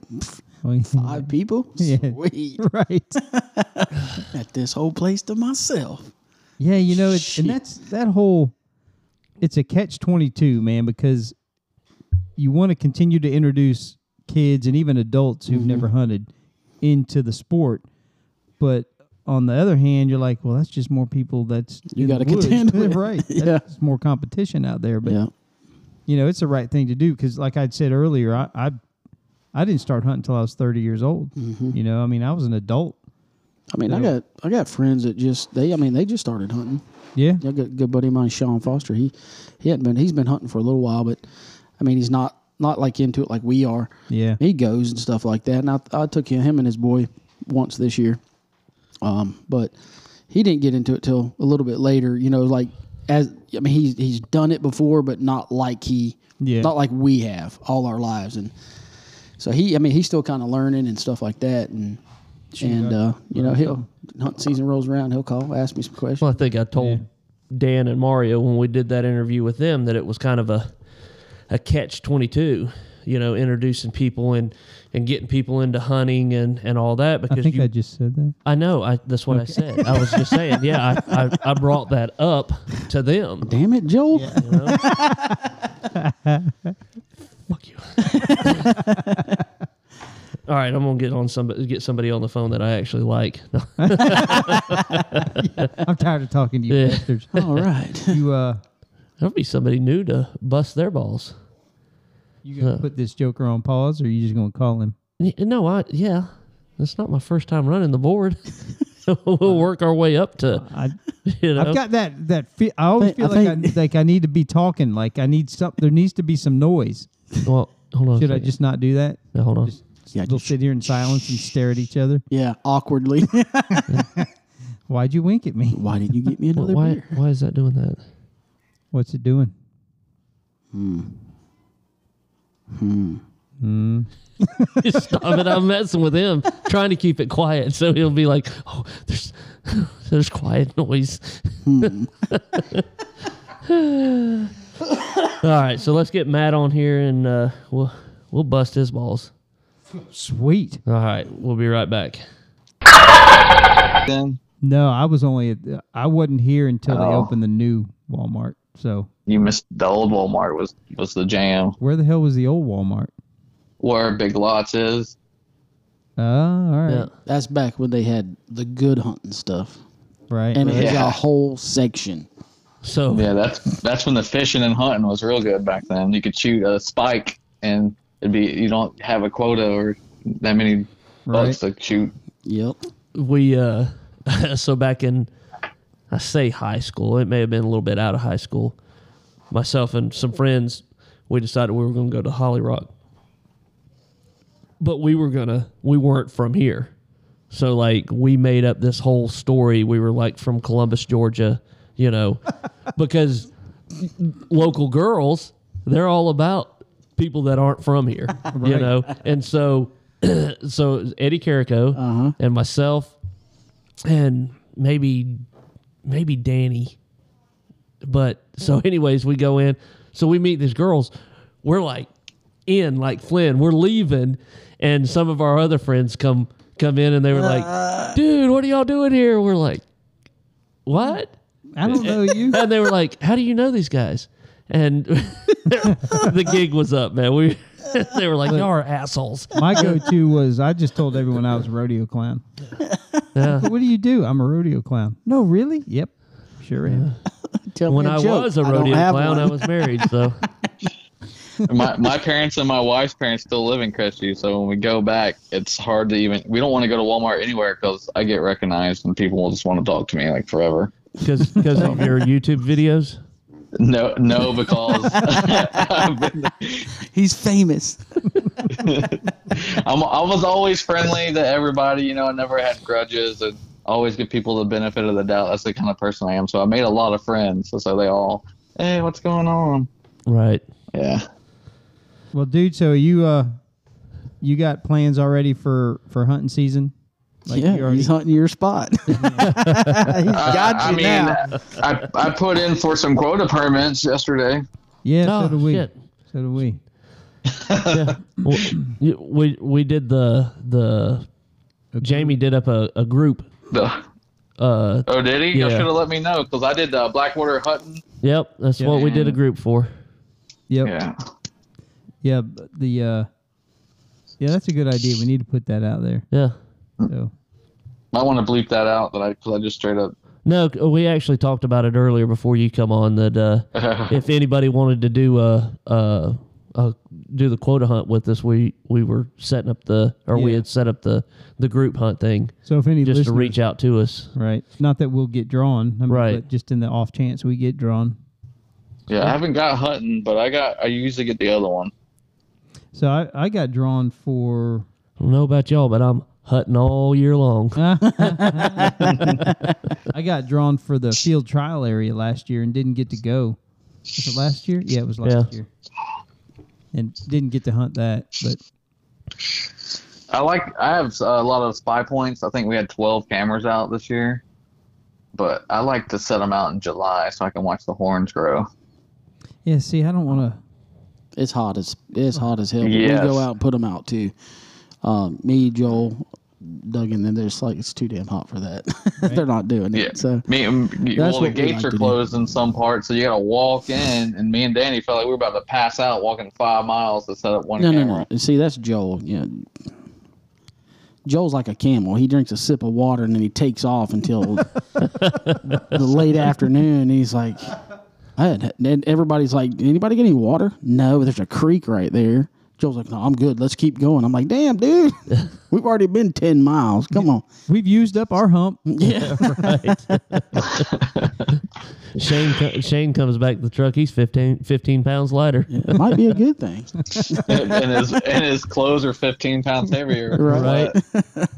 Well, five people. Yeah. Sweet. right. Got this whole place to myself. Yeah, you know, it's, Shit. and that's that whole. It's a catch twenty two, man, because you want to continue to introduce kids and even adults who've never hunted into the sport, but on the other hand, you're like, well, that's just more people. That's You in the gotta woods. contend with. right? Yeah. That's more competition out there, but Yeah. you know, it's the right thing to do because, like I said earlier, I, I I didn't start hunting until I was thirty years old. Mm-hmm. You know, I mean, I was an adult. I mean, I got I got friends that just they. I mean, they just started hunting. Yeah, Yeah, good, good buddy of mine, Sean Foster. He he hadn't been he's been hunting for a little while, but I mean he's not not like into it like we are. yeah, He goes and stuff like that. And I I took him and his boy once this year, um, but he didn't get into it till a little bit later. You know, like as I mean he's he's done it before, but not like he Yeah. not like we have all our lives. And so he I mean he's still kind of learning and stuff like that. And and uh, you know he'll hunt season rolls around, he'll call, ask me some questions. Well, I think I told Dan and Mario when we did that interview with them that it was kind of a a catch twenty two, you know, introducing people and and getting people into hunting and and all that I because think you, I just said that. I know I that's what I said. I was just saying, yeah, I, I I brought that up to them. Damn it, Joel. You know? Fuck you. All right, I'm gonna get on somebody get somebody on the phone that I actually like. I'm tired of talking to you Yeah. bastards. All right. You uh, That'll be somebody new to bust their balls. you gonna put this joker on pause, or you just gonna call him? Y- No, I yeah, that's not my first time running the board. we'll work our way up to Uh, I, you know. I've got that that. Fe- I always Think- I feel like I, like I need to be talking. Like I need some. There needs to be some noise. well, hold on. a Should I second. just not do that? No, hold on? Yeah, we'll just- sit here in silence and stare at each other. Yeah, awkwardly. Why'd you wink at me? Why didn't you get me another why beer? why is that doing that? What's it doing? Stop it! I'm messing with him, trying to keep it quiet, so he'll be like, "Oh, there's there's quiet noise." All right, so let's get Matt on here, and uh, we'll we'll bust his balls. Sweet. All right, we'll be right back. then? No, I was only. At the, I wasn't here until they Oh. opened the new Walmart. So You missed the old Walmart was was the jam. where the hell was the old Walmart? Where Big Lots is. Oh, all right, Yeah. That's back when they had the good hunting stuff. right. And it right. was Yeah. a whole section. So Yeah, that's that's when the fishing and hunting was real good back then. You could shoot a spike and It'd be you don't have a quota or that many bucks to shoot. Yep. we uh so back in I say high school, it may have been a little bit out of high school. Myself and some friends, we decided we were going to go to Holly Rock. But we were going to we weren't from here. So like we made up this whole story. We were like from Columbus, Georgia, you know, because local girls, they're all about people that aren't from here, you know. And so so Eddie Carico and myself and maybe maybe Danny. But so anyways, we go in. So we meet these girls. We're like in like Flynn. We're leaving and some of our other friends come come in and they were like, "Dude, what are y'all doing here?" We're like, "What?" I don't know you. and they were like, "How do you know these guys?" And the gig was up, man. We they were like, "Y'all are assholes." My go-to was I just told everyone I was a rodeo clown. Yeah. What do you do? I'm a rodeo clown. No, really? Yep. Sure am. Tell When me a I joke. was a I don't rodeo have clown, I one. was married, so my my parents and my wife's parents still live in Crestview, so when we go back, it's hard to even. We don't want to go to Walmart anywhere because I get recognized and people will just want to talk to me like forever. because because of your YouTube videos. No, no, because I've been- He's famous. I'm, I was always friendly to everybody. You know, I never had grudges and always give people the benefit of the doubt. That's the kind of person I am. So I made a lot of friends. So, so they all, hey, what's going on? Right. Yeah. Well, dude, so you uh, you got plans already for for hunting season? yeah, you already- he's hunting your spot. he's got you Uh, I mean, now. I, I put in for some quota permits yesterday. Yeah, Oh, so do we. shit. So do we. Well, y- we we did the the Jamie did up a, a group. The, Uh, oh, did he? Y'all Yeah. should have let me know because I did uh, Blackwater Hutton. yep, that's what we did a group for. Yep. Yeah. Yeah, but the uh, yeah, that's a good idea. We need to put that out there. Yeah. So I want to bleep that out that I, cause I just straight up. No, c- we actually talked about it earlier before you come on that uh, if anybody wanted to do a, a, a do the quota hunt with us, we we were setting up the or we Yeah. had set up the the group hunt thing so if any just to listeners- reach out to us. right? Not that we'll get drawn, I mean, Right. But just in the off chance we get drawn. yeah, I haven't got Hutton, but I got. I usually get the other one. So I, I got drawn for I don't know about y'all, but I'm hunting all year long. I got drawn for the field trial area last year and didn't get to go. Was it last year? Yeah, it was last Yeah. year. And didn't get to hunt that, but I like. I have a lot of spy points. I think we had 12 cameras out this year, but I like to set them out in July so I can watch the horns grow. yeah. See, I don't want to. It's hot as it's hot as hell. But Yes. We go out and put them out too. Um, me, Joel, Doug, and then there's like it's too damn hot for that. They're not doing Yeah. it. So Me, um, well, the what we gates like to are do. closed in some parts, so you got to walk in. And me and Danny felt like we were about to pass out walking five miles to set up one no, no, camera. no. And See, that's Joel. Yeah. Joel's like a camel. He drinks a sip of water and then he takes off until the late afternoon. He's like, I had, and everybody's like, anybody get any water? No, there's a creek right there. Joel's like, no, I'm good. Let's keep going. I'm like, damn, dude, we've already been 10 miles. Come on. We've used up our hump. Yeah. Shane co- Shane comes back to the truck. He's 15, 15 pounds lighter. It might be a good thing. and, and his and his clothes are 15 pounds heavier. Right. But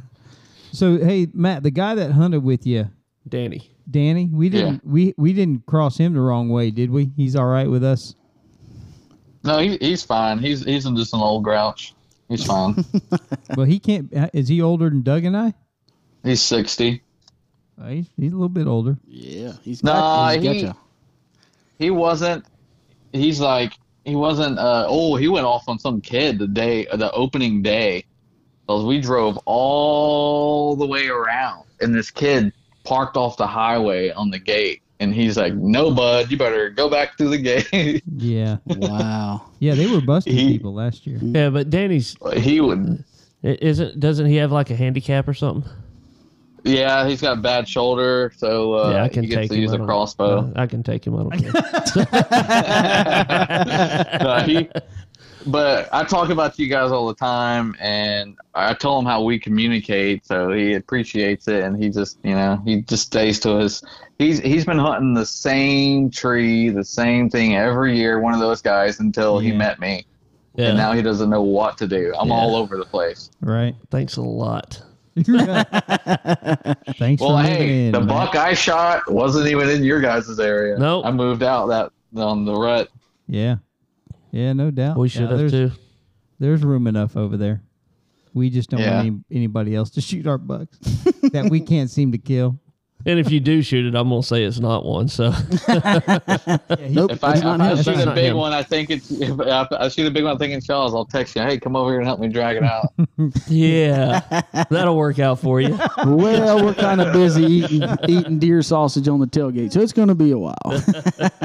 So hey, Matt, the guy that hunted with you, Danny. Danny, we didn't we we didn't cross him the wrong way, did we? He's all right with us. No, he, he's fine. He's he's just an old grouch. He's fine. But he can't. Is he older than Doug and I? he's 60. Uh, He's, he's a little bit older. Yeah. He's Nah, got, he's got he- you. He wasn't. He's like he wasn't. Uh, oh, he went off on some kid the day the opening day. Cause we drove all the way around, and this kid parked off the highway on the gate, and he's like, "No, bud, you better go back through the gate." Yeah, Wow. yeah. They were busting He- people last year. Yeah, but Danny's he would. i- isn't doesn't he have like a handicap or something? Yeah, he's got a bad shoulder, so uh, yeah, I can he gets take to him. use I a don't- crossbow. uh, I can take him. I don't care. No, he but I talk about you guys all the time, and I tell him how we communicate, so he appreciates it, and he just, you know, he just stays to his. He's he's been hunting the same tree, the same thing every year. One of those guys until he Yeah. met me, Yeah. and now he doesn't know what to do. I'm Yeah. all over the place. Right. Thanks a lot. Thanks Well, for hey, moving in. the man. buck I shot wasn't even in your guys' area. Nope. I moved out that on the rut. Yeah. Yeah, no doubt. We should Yeah, have there's, too. There's room enough over there. We just don't Yeah. want any, anybody else to shoot our bucks that we can't seem to kill. And if you do shoot it, I'm gonna say it's not one. So Nope. If I, that's if not I him. shoot That's a not big him. one, I think it's. If I, I shoot a big one, I think it's Shaw's. I'll text you. Hey, come over here and help me drag it out. yeah, that'll work out for you. Well, we're kind of busy eating eating deer sausage on the tailgate, so it's going to be a while.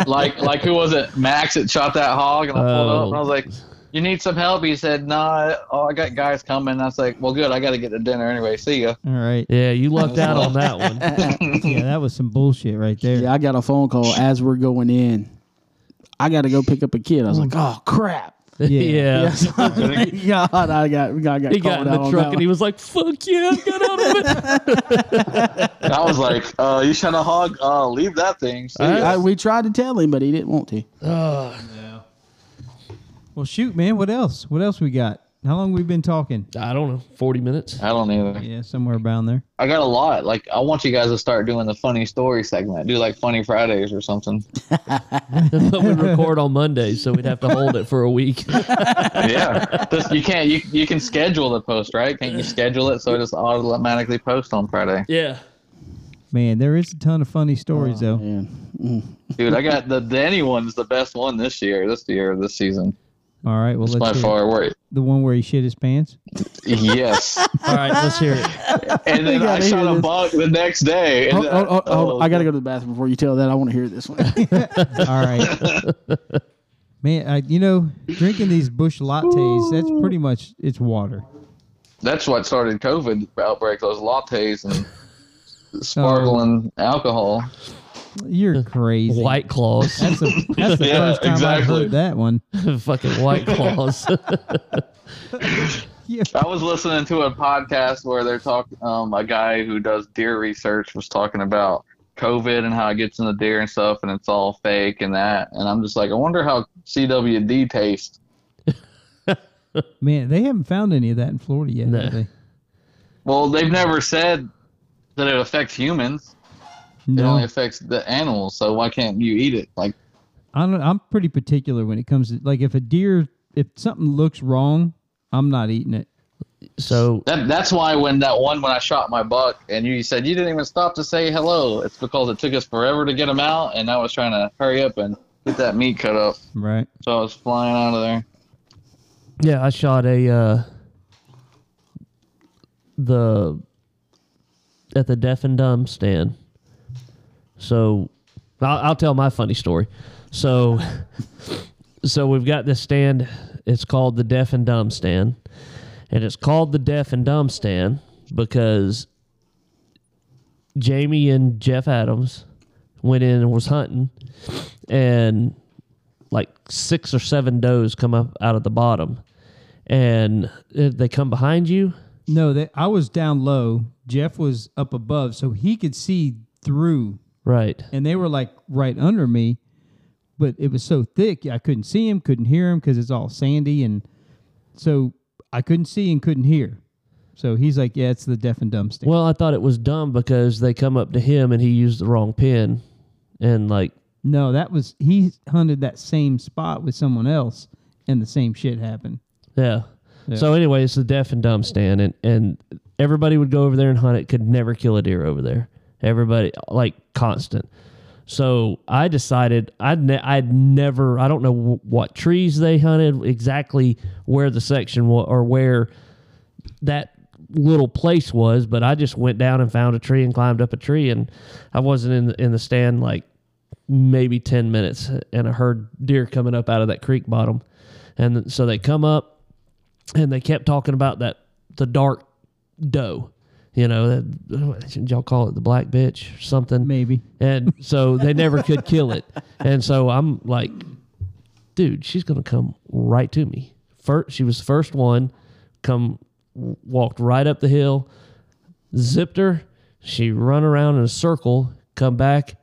like like who was it? Max that shot that hog, and I pulled up, and I was like, "You need some help?" He said, "Nah, oh, I got guys coming." And I was like, "Well, good. I got to get to dinner anyway. See ya." All right. Yeah, you lucked out on that one. Yeah, that was some bullshit right there. Yeah, I got a phone call as we're going in. I got to go pick up a kid. I was like, oh Hmm. crap! Yeah, Yes, thank God, I got I got he got called in the out on truck that and he one. was like, "Fuck yeah, I got out of it." And I was like, "Uh, you shot a hog? Uh, leave that thing." See ya. I- we tried to tell him, but he didn't want to. Well, shoot, man. What else? What else we got? How long we been talking? I don't know, forty minutes. I don't either. Yeah, somewhere around there. I got a lot. Like, I want you guys to start doing the funny story segment. Do like funny Fridays or something. but we record on Mondays, so we'd have to hold it for a week. yeah, just, you can't. You you can schedule the post, right? Can't you schedule it so it just automatically posts on Friday? yeah, Man, there is a ton of funny stories though. Man. Dude, I got the Denny one's the best one this year. This year, this season, All right. Well, by let's hear it. far. Where the one where he shit his pants. yes. all right, let's hear it. And then I gotta shot hear a this. buck the next day. and Hold, then- hold, hold, hold. oh, I got to go to the bathroom before you tell that. I want to hear this one. All right. Man, I, you know, drinking these bush lattes, that's pretty much it's water. That's what started COVID outbreak. Those lattes and Oh. sparkling alcohol. You're crazy. White claws, That's, a, that's the Yeah, first time I've exactly. heard that one. fucking white claws. I was listening to a podcast where they're talking. Um, a guy who does deer research was talking about COVID and how it gets in the deer and stuff, and it's all fake and that. And I'm just like, I wonder how CWD tastes. Man, they haven't found any of that in Florida yet, No. have they? Well, they've never said that it affects humans. It only No. affects the animals. So why can't you eat it? Like, I don't, I'm pretty particular when it comes to, like, if a deer, if something looks wrong, I'm not eating it. so That, that's why when that one when I shot my buck and you said you didn't even stop to say hello, it's because it took us forever to get him out, and I was trying to hurry up and get that meat cut up, Right. so I was flying out of there. Yeah, I shot a uh, the at the deaf and dumb stand. So I'll, I'll tell my funny story. So so we've got this stand. It's called the deaf and dumb stand, and it's called the deaf and dumb stand because Jamie and Jeff Adams went in and was hunting, and like six or seven does come up out of the bottom, and uh, they come behind you. No, that I was down low. Jeff was up above, so he could see through Right. and they were like right under me, but it was so thick I couldn't see him, couldn't hear him because it's all sandy, and so I couldn't see and couldn't hear. So he's like, "Yeah, it's the deaf and dumb stand." Well, I thought it was dumb because they come up to him and he used the wrong pin, and like no, that was he hunted that same spot with someone else, and the same shit happened. yeah. Yeah. So anyway, it's the deaf and dumb stand, and and everybody would go over there and hunt it. Could never kill a deer over there. Everybody like constant. So I decided I'd ne- I'd never I don't know w- what trees they hunted exactly where the section was or where that little place was, but I just went down and found a tree and climbed up a tree, and I wasn't in the, in the stand like maybe ten minutes, and I heard deer coming up out of that creek bottom, and th- so they come up, and they kept talking about that the dark doe, you know, that, y'all call it the black bitch or something, Maybe and so they never could kill it, and so I'm like, dude, she's gonna come right to me, first. She was the first one. Come walked right up the hill, zipped her. She run around in a circle. Come back,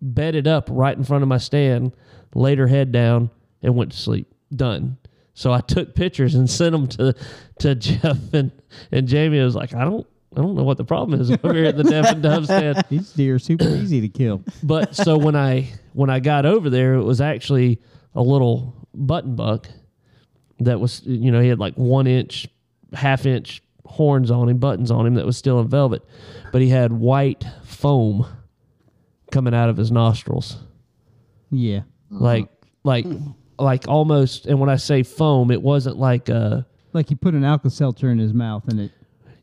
bedded up right in front of my stand. Laid her head down and went to sleep. Done. So I took pictures and sent them to to Jeff and and Jamie. I was like, I don't. I don't know what the problem is over here at the Deaf and Dumb stand. These deer are super easy to kill. But so when I when I got over there, it was actually a little button buck that was you know he had like one inch, half inch horns on him, buttons on him that was still in velvet, but he had white foam coming out of his nostrils, Yeah. like like like almost. And when I say foam, it wasn't like uh Like you put an Alka Seltzer in his mouth and it.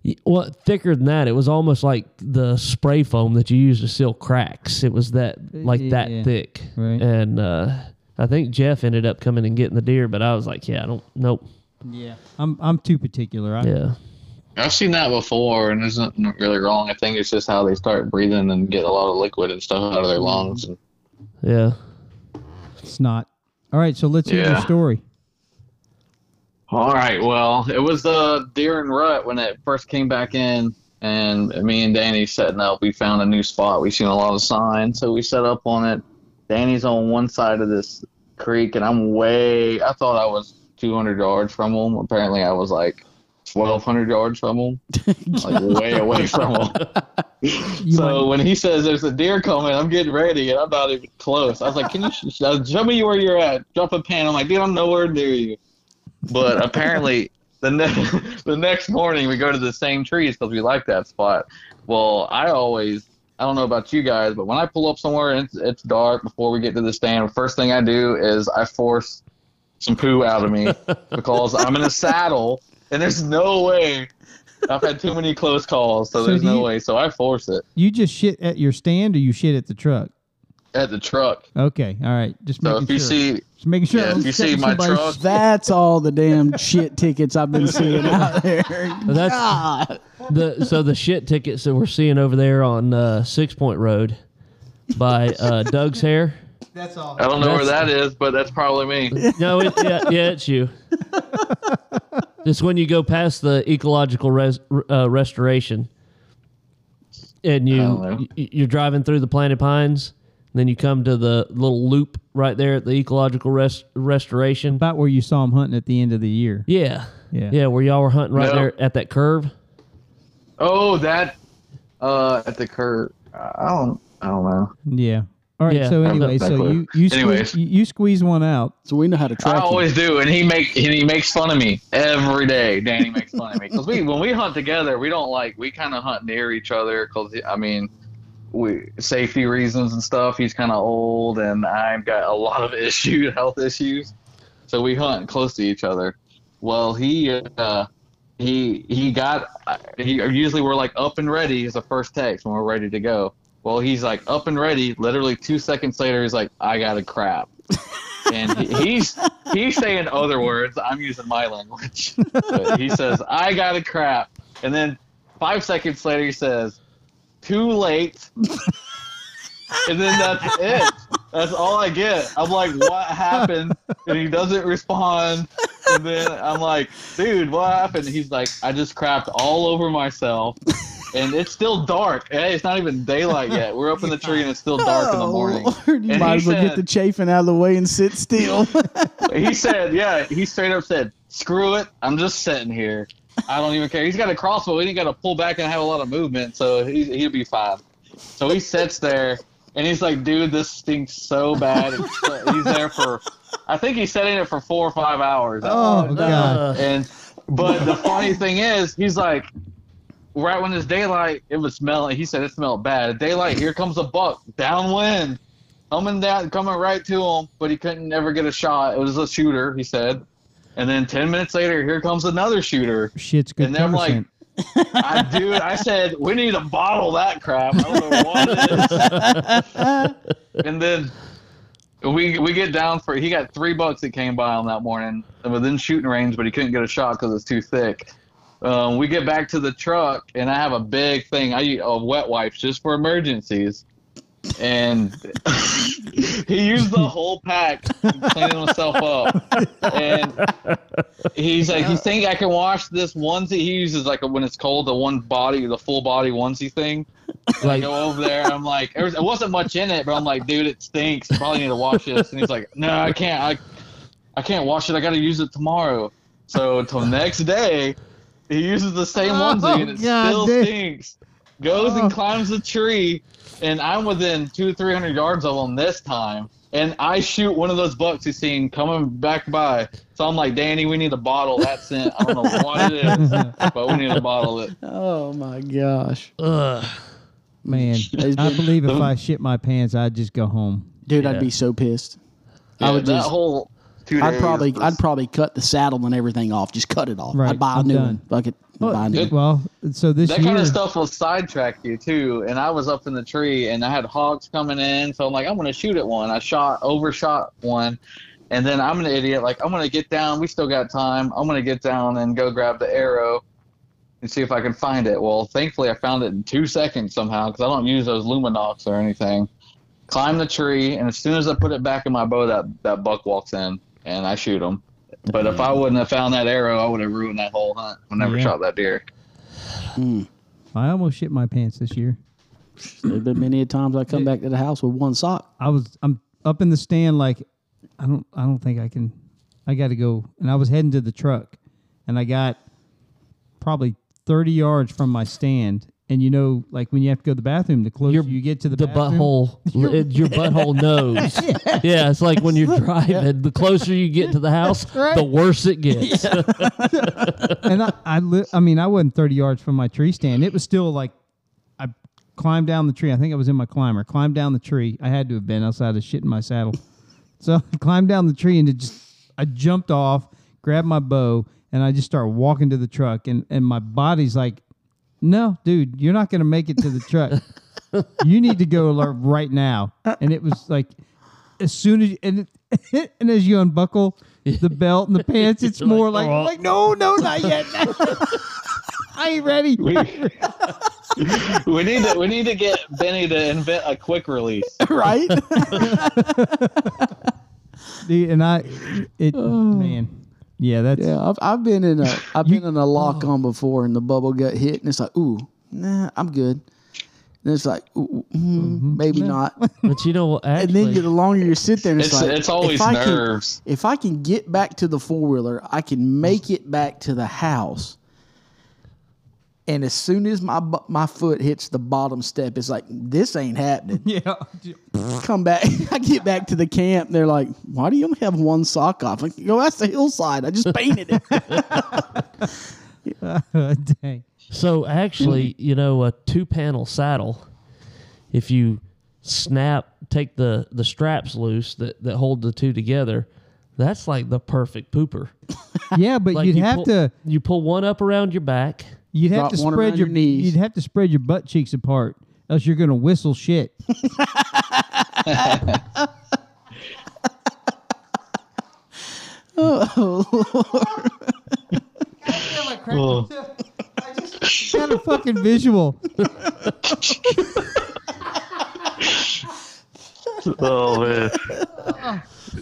y- well thicker than that. It was almost like the spray foam that you use to seal cracks. It was that like that Yeah. thick, Right. and. uh I think Jeff ended up coming and getting the deer, but I was like, "Yeah, I don't, nope, Yeah. I'm I'm too particular. I, yeah." I've seen that before, and there's nothing really wrong. I think it's just how they start breathing and get a lot of liquid and stuff out of their lungs. And Yeah. It's not. All right. So let's hear your Yeah. story. All right. Well, it was the deer and rut when it first came back in, and me and Danny setting up. We found a new spot. We seen a lot of signs, so we set up on it. Danny's on one side of this creek, and I'm way. I thought I was 200 yards from him. Apparently, I was like 1,200 yards from him, like way away from him. so when he says there's a deer coming, I'm getting ready, and I'm not even close. I was like, "Can you sh- sh- show me where you're at? Drop a pan." I'm like, "Dude, I'm nowhere near you." But apparently, the ne- the next morning we go to the same trees because we like that spot. Well, I always I don't know about you guys, but when I pull up somewhere and it's, it's dark before we get to the stand, first thing I do is I force some poo out of me because I'm in a saddle and there's no way. I've had too many close calls, so, So there's do no you- way. So I force it You just shit at your stand or you shit at the truck? at the truck. Okay. All right. Just So making if you sure. see, just making sure. yeah, I if don't you sit see in my somebody's- truck, That's all the damn shit tickets I've been seeing out there. that's- God. The so the shit tickets that we're seeing over there on uh, Six Point Road by uh, Doug's hair. That's all. I don't know where That's- that is, but that's probably me. No, it, yeah, yeah, it's you. It's when you go past the ecological res, uh, restoration, and you don't know. y- you're driving through the Planted Pines, then you come to the little loop right there at the ecological res, restoration. About where you saw him hunting at the end of the year. Yeah, Yeah. yeah, where y'all were hunting right No. there at that curve. Oh, that uh, at the curb. I don't, I don't know. Yeah. All right. Yeah. So I don't know anyway, that so clue. you you squeeze, Anyways. you, you squeeze one out. So we know how to track I him. always do, and he make and he makes fun of me every day. Danny makes fun of me because we when we hunt together, we don't like we kind of hunt near each other because I mean, we safety reasons and stuff. He's kind of old, and I've got a lot of issues, health issues, so we hunt close to each other. Well, he uh, he he got he usually we're like up and ready is the first text when we're ready to go. Well, he's like up and ready. Literally two seconds later, he's like, "I got a crap." and he- he's he's saying other words. I'm using my language. But he says, "I got a crap," and then five seconds later, he says, "Too late," and then that's it. That's all I get. I'm like, "What happened?" And he doesn't respond. And then I'm like, "Dude, what happened?" And he's like, "I just crapped all over myself." And it's still dark. Hey, It's not even daylight yet. We're up in the tree and it's still dark in the morning. Oh, Lord, you And might he as well get said- the chafing out of the way and sit still. he said, yeah, he straight up said, screw it. I'm just sitting here. I don't even care. He's got a crossbow. He didn't got to pull back and have a lot of movement, so he, he'll be fine. So he sits there, and he's like, dude, this stinks so bad. And so- he's there for, I think he's sitting there for four or five hours. Oh, god. Uh, And but the funny thing is, he's like, right when it's daylight, it was smelling. He said it smelled bad. At daylight, here comes a buck downwind, coming down, coming right to him. But he couldn't never get a shot. It was a shooter, he said. And then ten minutes later, here comes another shooter. Shit's good. And they're cover like- scent. I, dude, I said we need to bottle that crap. I don't know what it is. and then we we get down for he got three bucks that came by on that morning within shooting range, but he couldn't get a shot because it's too thick. Um, we get back to the truck, and I have a big thing. I use uh, wet wipes just for emergencies. and he used the whole pack cleaning himself up. And he's like, you think I can wash this onesie? He uses like when it's cold, the one body, the full body onesie thing. And I Like, go over there. I'm like, there was, it wasn't much in it, but I'm like, dude, it stinks. You probably need to wash this. And he's like, no, I can't. I, I can't wash it. I got to use it tomorrow. So until next day, he uses the Oh, same onesie and it God still damn. stinks. Goes Oh. and climbs the tree, and I'm within two, three hundred yards of him this time. And I shoot one of those bucks he's seen coming back by. So I'm like, Danny, we need to bottle that scent. I don't know what it is, but we need to bottle it. Oh my gosh, ugh. Man, I believe if I shit my pants, I'd just go home. dude, I'd Yeah. be so pissed. I Yeah, would that just- whole. two I'd days probably, was- I'd probably cut the saddle and everything off. Just cut it off. Right, I'd buy a I'm new done. one. Fuck it, I'd buy a new Good. one. Well, so this that year, kind of stuff will sidetrack you too. And I was up in the tree, and I had hogs coming in, so I'm like, I'm gonna shoot at one. I shot, overshot one, and then I'm an idiot. Like I'm gonna get down. We still got time. I'm gonna get down and go grab the arrow, and see if I can find it. Well, thankfully I found it in two seconds somehow because I don't use those luminox or anything. Climb the tree, and as soon as I put it back in my bow, that that buck walks in, and I shoot him. But if I wouldn't have found that arrow, I would have ruined that whole hunt. I never Mm. Yeah. shot that deer. I almost shit my pants this year. There've been many times I come back to the house with one sock. I was I'm up in the stand like I don't I don't think I can I got to go and I was heading to the truck and I got probably 30 yards from my stand and you know like when you have to go to the bathroom the closer Your- you get to the, the bathroom, butthole, it- your butthole knows. Yeah, it's like when you're driving. The closer you get to the house, the worse it gets. and I I, li- I mean I wasn't 30 yards from my tree stand it was still like I climbed down the tree I think I was in my climber climbed down the tree I had to have been outside of shitting my saddle so I climbed down the tree and it just I jumped off grabbed my bow and I just started walking to the truck and and my body's like no dude you're not gonna make it to the truck you need to go alert right now and it was like as soon as and it, and as you unbuckle the belt and the pants it's You're more like, like "Oh." like no no not yet I ain't ready we need to we need to get Benny to invent a quick release. right? Dude, and I it man yeah that's Oh. yeah, I've, I've been in a I've been in a oh. lock on before, and the bubble got hit, and it's like, ooh, nah, I'm good. And it's like, ooh, ooh, Mm-hmm. mm, maybe not. But you know what? And then you, the Actually, longer you sit there, and it's, It's like, it's always if I nerves. Can, if I can get back to the four wheeler, I can make it back to the house. And as soon as my bu- my foot hits the bottom step, it's like this ain't happening. yeah come back. I get back to the camp. They're like, "Why do you only have one sock off?" Like, "Yo, that's the hillside. I just painted it." oh, dang so Mm. actually, you know, a two-panel saddle. If you snap, take the the straps loose that that hold the two together. That's like the perfect pooper. yeah but Like you'd have pull, to You pull one up around your back. You'd have Drop to one spread around your your knees. You'd have to spread your butt cheeks apart, else you're gonna whistle shit. Oh, Ugh. I just got a fucking visual. Oh man.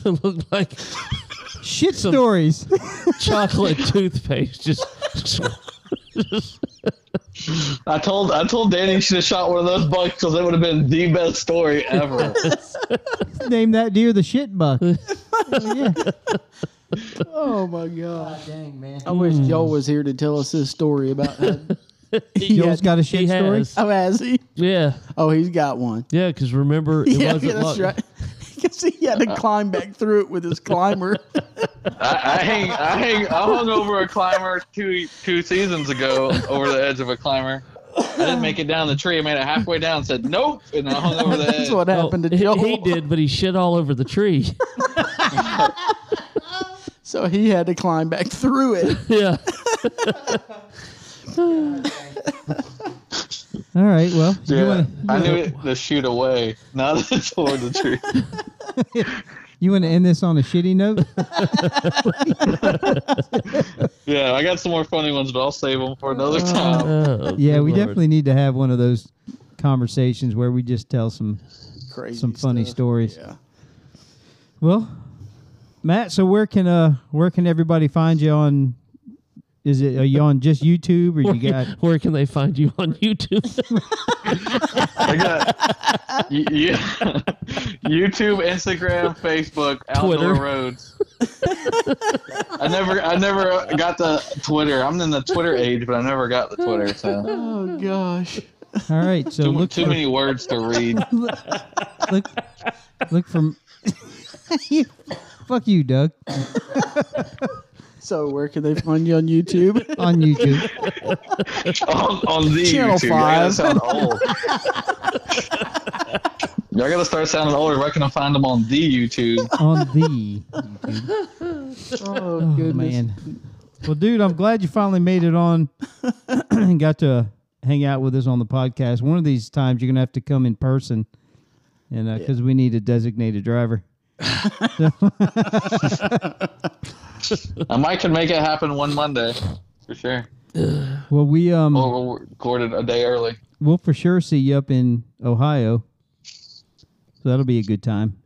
it looked like Shit stories. chocolate toothpaste. Just I told I told Danny he should have shot one of those bucks because it would have been the best story ever. Name that deer the shit buck. yeah. oh my god! Hmm. Dang man. I wish Joel was here to tell us his story about. That. Joel's got a shit he story. has. oh, has he? Yeah, Oh, he's got one. yeah. Because remember, it yeah, wasn't yeah, that's luck. right. Because he had to climb back through it with his climber. I, I hang I hang I hung over a climber two two seasons ago over the edge of a climber. I didn't make it down the tree. I made it halfway down. and Said nope, and I hung over the that's edge. what Oh, happened to he- Joel. he, did, but he shit all over the tree. So he had to climb back through it. yeah, All right, well you yeah, wanna I knew it to shoot away, not toward the tree. you wanna end this on a shitty note? Yeah, I got some more funny ones, but I'll save them for another time. Oh, Yeah, good we Lord. definitely need to have one of those conversations where we just tell some crazy. some funny stuff. stories. Yeah. Well, Matt, so where can uh where can everybody find you on? Is it are you on just YouTube or Where, you got? where can they find you on YouTube? I got y- you- YouTube, Instagram, Facebook, Outdoor Twitter. Roads. I never, I never got the Twitter. I'm in the Twitter age, but I never got the Twitter. So Oh gosh. All right, so too, look too for, many words to read. look look for. Fuck you, Doug. So where can they find you on YouTube? On YouTube. on, on the Channel YouTube. Y'all five. gotta sound old. Y'all gotta start sounding older. Where can I find them on the YouTube? on the YouTube. oh Oh, goodness. man. Well, dude, I'm glad you finally made it on and got to hang out with us on the podcast. One of these times, you're gonna have to come in person, and because we need a designated driver. I might can make it happen one Monday, for sure. Well, we um, Or we'll record it a day early. we'll for sure see you up in Ohio, so that'll be a good time.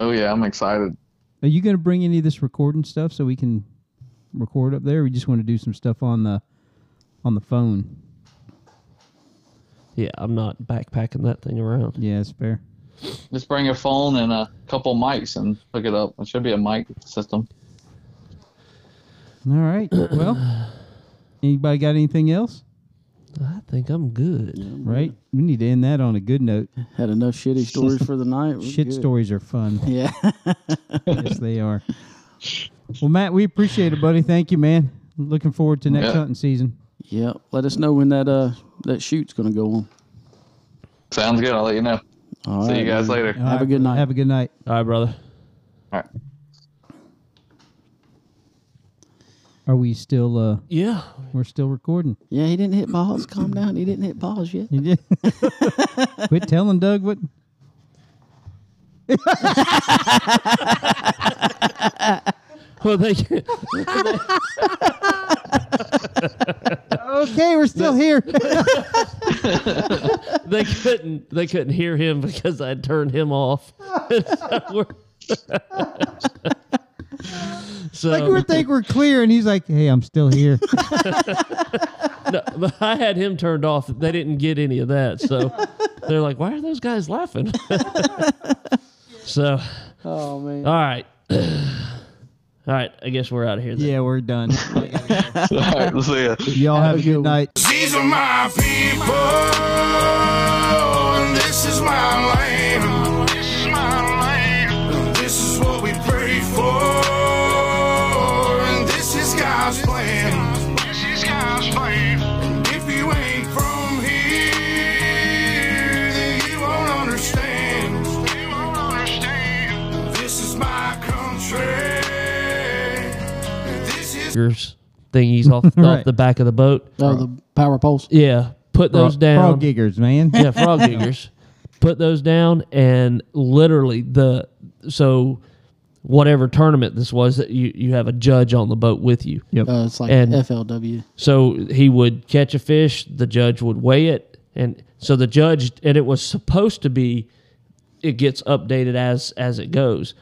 Oh yeah, I'm excited. Are you gonna bring any of this recording stuff so we can record up there? Or we just want to do some stuff on the on the phone. yeah, I'm not backpacking that thing around. Yeah, it's fair. Just bring your phone and a couple mics and hook it up. It should be a mic system. All right. Well, anybody got anything else? I think I'm good. Right? We need to end that on a good note. Had enough shitty stories for the night. We're Shit good. stories are fun. Yeah. yes, they are. Well, Matt, we appreciate it, buddy. Thank you, man. Looking forward to next Yeah. hunting season. yeah. Let us know when that uh that shoot's gonna go on. Sounds good. I'll let you know. All See right, you guys man. later. All a good night. Uh, Have a good night. All right, brother. All right. Are we still? uh Yeah. We're still recording. Yeah, he didn't hit balls. Calm down. He didn't hit balls yet. You did. Quit telling Doug what. Well, thank you. Okay, we're still here. they couldn't they couldn't hear him because I turned him off. so like we think we're clear, and he's like, "Hey, I'm still here." no, but I had him turned off. They didn't get any of that, so they're like, "Why are those guys laughing?" so, Oh man. all right, all right. I guess we're out of here. Then. yeah, we're done. All right. See ya. Y'all have a good night. These are my people, and this is my land. This is my land. This is what we pray for, and this is God's plan. This is God's plan. And if you ain't from here, then you won't understand. You won't understand. This is my country. and This is. Fingers Thingies off, Right. off the back of the boat. Oh, the power poles. Yeah, put those down. Frog giggers, man. yeah, frog giggers. Put those down and literally the so whatever tournament this was that you you have a judge on the boat with you. Yep. Uh, it's like And- FLW. So he would catch a fish, the judge would weigh it and so the judge and it was supposed to be it gets updated as as it goes.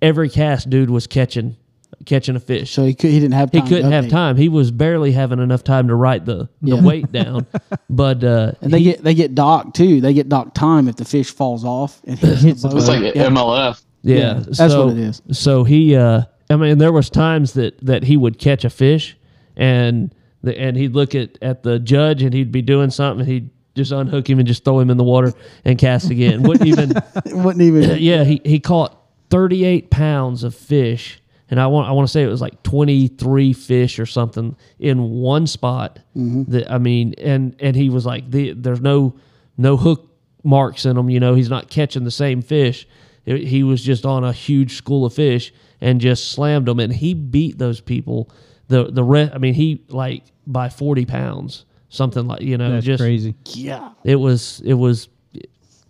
Every cast dude was catching catching a fish. So he could. He didn't have. he Time to couldn't have update. time. He was barely having enough time to write the, the Yeah. weight down. But uh, And they get they get docked too. They get docked time if the fish falls off and hits, the boat. It's like Yeah. MLF. Yeah, that's what it is. So he, uh, I mean, there was times that that he would catch a fish, and the, and he'd look at at the judge, and he'd be doing something, and he'd just unhook him and just throw him in the water and cast again. Wouldn't even, It wouldn't even. Uh, yeah, he he caught thirty eight pounds of fish, and I want I want to say it was like twenty three fish or something in one spot. That I mean, and and he was like, the, there's no no hook marks in him. You know, he's not catching the same fish. It- he was just on a huge school of fish and just slammed them, and he beat those people. The the rest, I mean, he like by forty pounds, something like you know, That's just crazy. yeah. it was it was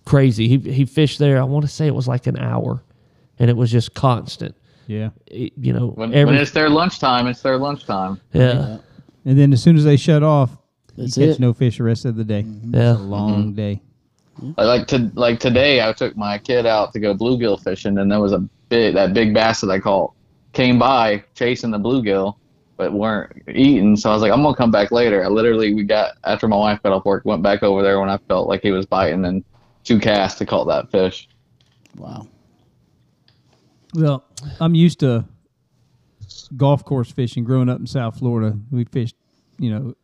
crazy. He he fished there. I want to say it was like an hour, and it was just constant. Yeah. It- you know, When, every when it's their lunchtime, it's their lunchtime. yeah And then as soon as they shut off, That's you catch it. Mm-hmm. no fish the rest of the day. yeah. Long day. Like, like to like today, I took my kid out to go bluegill fishing, and there was a big that big bass that I caught came by chasing the bluegill, but weren't eating. So I was like, I'm gonna come back later. I literally we got after my wife got off work, went back over there when I felt like he was biting, and two casts to caught that fish. Wow. Well, I'm used to golf course fishing. Growing up in South Florida, we fished, you know,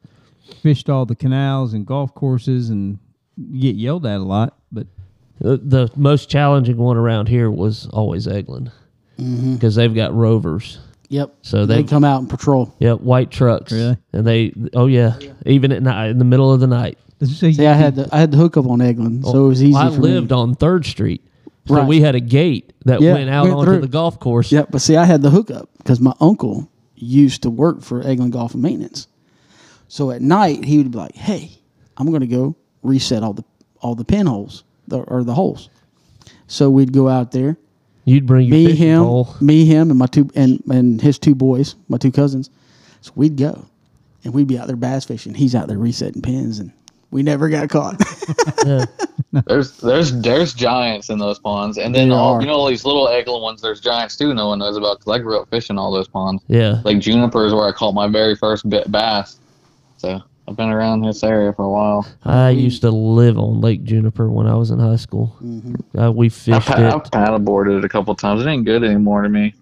fished all the canals and golf courses, and you get yelled at a lot. But The, the most challenging one around here was always Eglin Mm-hmm. because they've got rovers. Yep. So they they- come out and patrol. Yeah, white trucks. Really? And they, oh yeah, even at night, in the middle of the night. so See, I had the I had the hookup on Eglin, so it was easy. Well, I for lived Me. on Third Street, so Right. we had a gate that Yeah, went out went onto through. the golf course. Yeah, but see, I had the hookup because my uncle used to work for Eglin Golf and Maintenance. So at night he would be like, "Hey, I'm going to go reset all the all the pinholes the, or the holes." So we'd go out there, You'd bring your me fishing him, pole. me him, and my two and and his two boys, my two cousins. So we'd go, and we'd be out there bass fishing. He's out there resetting pins, and we never got caught. There's there's there's giants in those ponds, and then There all, are. you know all these little egglin ones. There's giants too. No one knows about because I grew up fishing all those ponds. Yeah. Like juniper is where I caught my very first bit bass. So I've been around this area for a while. I used to live on Lake Juniper when I was in high school. Uh, we I've, fished pa- I've it. paddleboarded it a couple times. It ain't good anymore to me.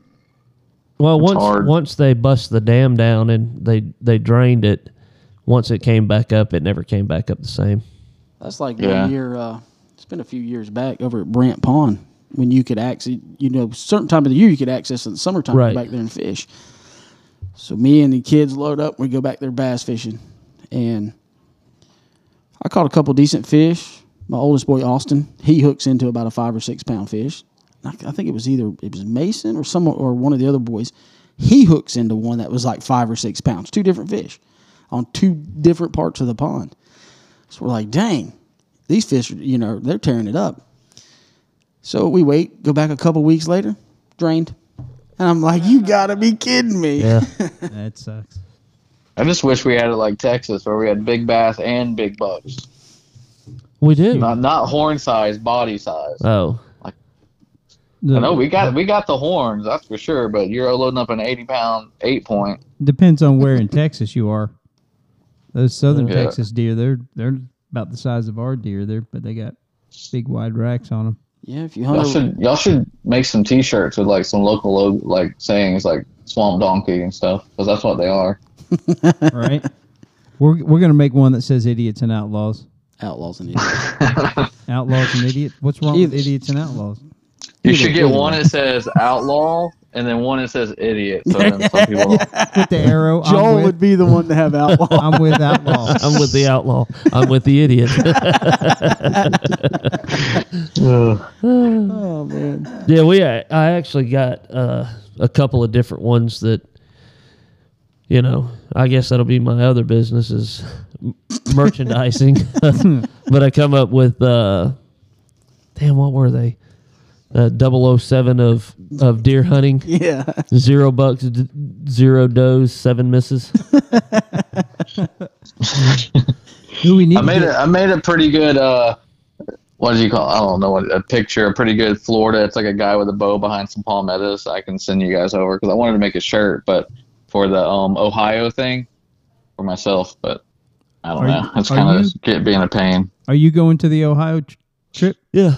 Well, once hard. once they bust the dam down and they they drained it, once it came back up, it never came back up the same. That's like Yeah. one year. Uh, it's been a few years back over at Brant Pond when you could access, you know, certain time of the year you could access in the summertime Right. back there and fish. So me and the kids load up. We go back there bass fishing, and I caught a couple decent fish. My oldest boy Austin, he hooks into about a five or six pound fish. I I think it was either it was Mason or someone or one of the other boys. He hooks into one that was like five or six pounds, two different fish, on two different parts of the pond. So we're like, dang, these fish, are, you know, they're tearing it up. So we wait, go back a couple weeks later, drained. And I'm like, you gotta be kidding me. Yeah. that sucks. I just wish we had it like Texas, where we had big bass and big bucks. we do. Not not horn size, body size. Oh, The- I know we got we got the horns, that's for sure. But you're loading up an 80 pound eight point. Depends on where in Texas you are. Those southern Yeah. Texas deer, they're they're about the size of our deer there, but they got big wide racks on them. Yeah, if you Y'all hunt should y'all should make some T-shirts with like some local lo- like sayings like swamp donkey and stuff because that's what they are. Right? we're we're gonna make one that says idiots and outlaws. outlaws and idiots. Outlaws and idiots. What's wrong with idiots and outlaws? You should get one that says outlaw and then one that says idiot. So then some people With the arrow. I'm Joel with, would be the one to have outlaw. I'm with outlaw. I'm with the outlaw. I'm with the idiot. oh man. Yeah, we. I I actually got uh, a couple of different ones that, you know, I guess that'll be my other business is m- merchandising. but I come up with, uh, damn, what were they? Uh, 007 of of deer hunting, Yeah. zero bucks, d- zero does, seven misses. Who we need? I to made get- a I made a pretty good uh what do you call it? I don't know what a picture, a pretty good Florida. It's like a guy with a bow behind some palmettos. I can send you guys over because I wanted to make a shirt, but for the um Ohio thing for myself, but I don't Are know. you- it's are kind you- of being a pain. Are you going to the Ohio tr- trip? Yeah,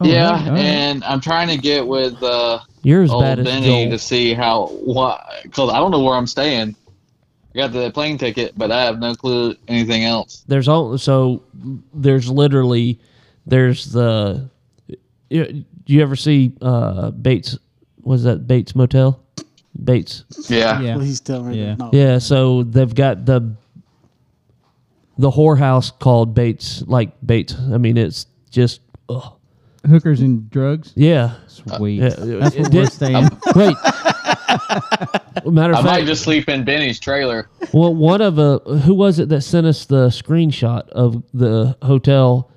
Oh, yeah, all right. and I'm trying to get with uh, you're as old bad as Benny to Joel. see how what because I don't know where I'm staying. I got the plane ticket, but I have no clue anything else. There's all so there's literally there's the. You, you ever see uh, Bates? Was that Bates Motel? Bates. Yeah, Yeah. Please tell me. Yeah. they're not. Yeah, so they've got the the whorehouse called Bates, like Bates. I mean, it's just ugh. Hookers and drugs. yeah. Sweet. Uh, yeah. That's what It we're did- staying. Wait. Matter I of might fact, just sleep in Benny's trailer. well, one of uh, who was it that sent us the screenshot of the hotel,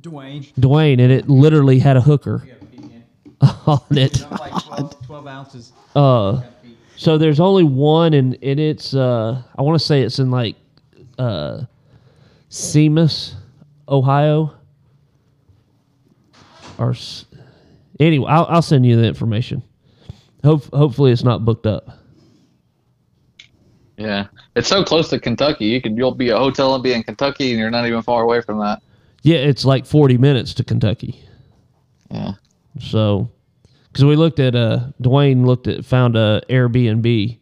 Dwayne, Dwayne, and it literally had a hooker on it. like 12, 12 ounces. Uh, so there's only one, and, and it's uh, I want to say it's in like uh, Seamus, Ohio, or s- anyway, I'll, I'll send you the information. Hope, hopefully, it's not booked up. Yeah, it's so close to Kentucky. You could you'll be a hotel and be in Kentucky, and you're not even far away from that. Yeah, it's like 40 minutes to Kentucky. Yeah. So, because we looked at uh, Dwayne looked at found a Airbnb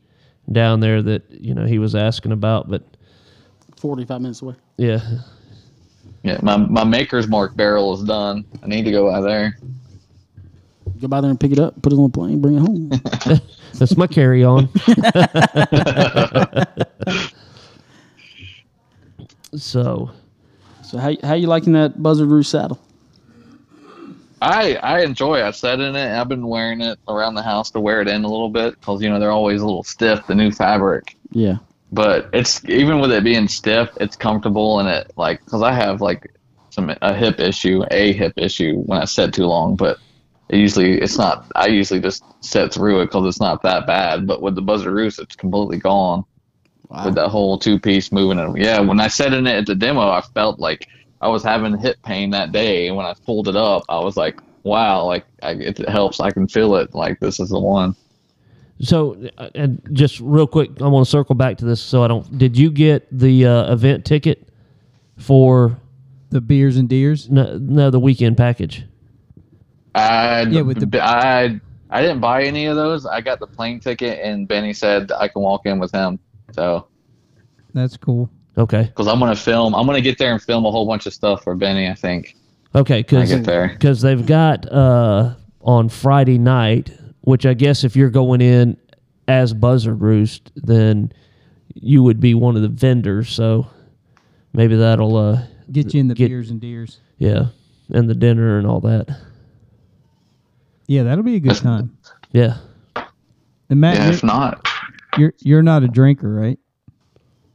down there that you know he was asking about, but Forty-five minutes away. yeah, Yeah, my, my maker's mark barrel is done. I need to go out there. Go by there and pick it up, put it on a plane, bring it home. that's my carry on. so so how how you liking that Buzzard Roost saddle? I I enjoy. it. I sat in it. I've been wearing it around the house to wear it in a little bit because you know they're always a little stiff. The new fabric, Yeah, but it's even with it being stiff, it's comfortable and it like because I have like some a hip issue, a hip issue when I sit too long, but. It usually it's not. I usually just sit through it because it's not that bad. But with the Buzzard Roost, it's completely gone. wow. with that whole two piece moving and yeah when i sat in it at the demo i felt like i was having hip pain that day and when i pulled it up i was like wow like I, it helps i can feel it like this is the one so uh, and just real quick, I want to circle back to this so I don't. Did you get the uh, event ticket for The beers and deers. no, no the weekend package? i Yeah, with the- i i didn't buy any of those i got the plane ticket and benny said i can walk in with him so That's cool. Okay, because i'm gonna film i'm gonna get there and film a whole bunch of stuff for benny i think okay, i because get there because they've got uh, on Friday night, which I guess if you're going in as Buzzard Roost, then you would be one of the vendors. So maybe that'll, uh, Get you in the Get- beers and deers. yeah, and the dinner and all that. Yeah, that'll be a good time. Yeah, And Matt, yeah you're, if not you're you're not a drinker, right?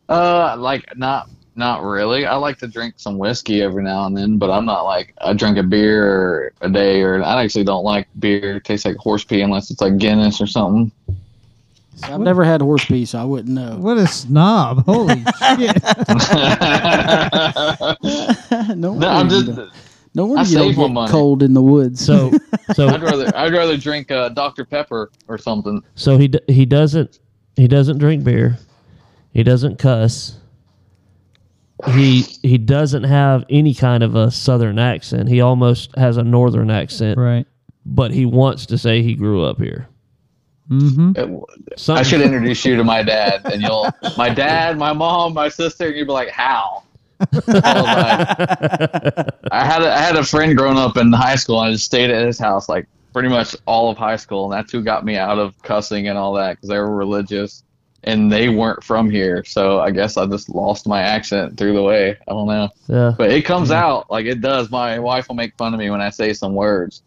Uh, like not not really. I like to drink some whiskey every now and then, but I'm not like I drink a beer a day, or I actually don't like beer. It tastes like horse pee unless it's like Guinness or something. I've never had horse pee, so I wouldn't know. What a snob! Holy shit! no, No, wonder I'm you just. don't- no wonder I you don't save my get money. cold in the woods. so I'd so rather I'd rather drink uh, Dr Pepper or something. so he d- he doesn't he doesn't drink beer, he doesn't cuss. He he doesn't have any kind of a southern accent. He almost has a northern accent, right. but he wants to say he grew up here. Mm-hmm. It- I Something- should introduce you to my dad, and you'll my dad, my mom, my sister, and you'll be like, how? Followed by- I had a, I had a friend growing up in high school, and I just stayed at his house like pretty much all of high school, and that's who got me out of cussing and all that because they were religious, and they weren't from here, so I guess I just lost my accent through the way. I don't know, Yeah. but it comes out like it does. My wife will make fun of me when I say some words.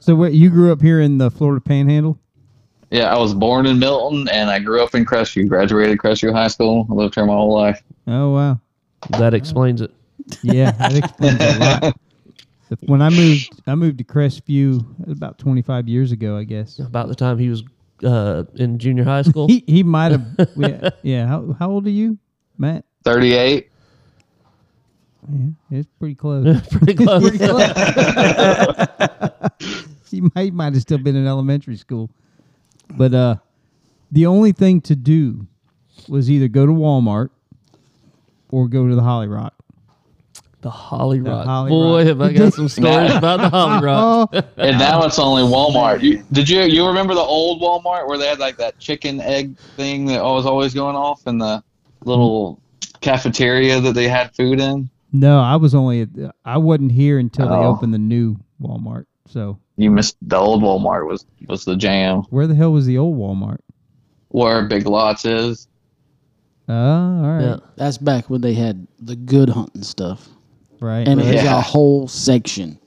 So what? You grew up here in the Florida Panhandle? Yeah, I was born in Milton, and I grew up in Crestview. Graduated Crestview High School. I lived here my whole life. Oh wow. That explains it. Yeah, that explains a lot. If- When I moved, I moved to Crestview about 25 years ago, I guess. About the time he was uh, in junior high school. He he might have. Yeah. yeah. How how old are you, Matt? 38. Yeah, it's pretty close. Pretty close. pretty close. he might, he might have still been in elementary school. But uh, the only thing to do was either go to Walmart or go to the Holly Rock. the Holly Rock. Holly Boy, Rock. have I got some stories about the Holly Rock. Oh, And now it's only Walmart. You, did you you remember the old Walmart where they had like that chicken egg thing that was always going off in the little cafeteria that they had food in? no, I was only at, I wasn't here until they Oh. opened the new Walmart. So You missed the old Walmart was was the jam where the hell was the old Walmart? where Big Lots is. Oh, all right, Yeah. That's back when they had the good hunting stuff, right. and it was Yeah. a whole section.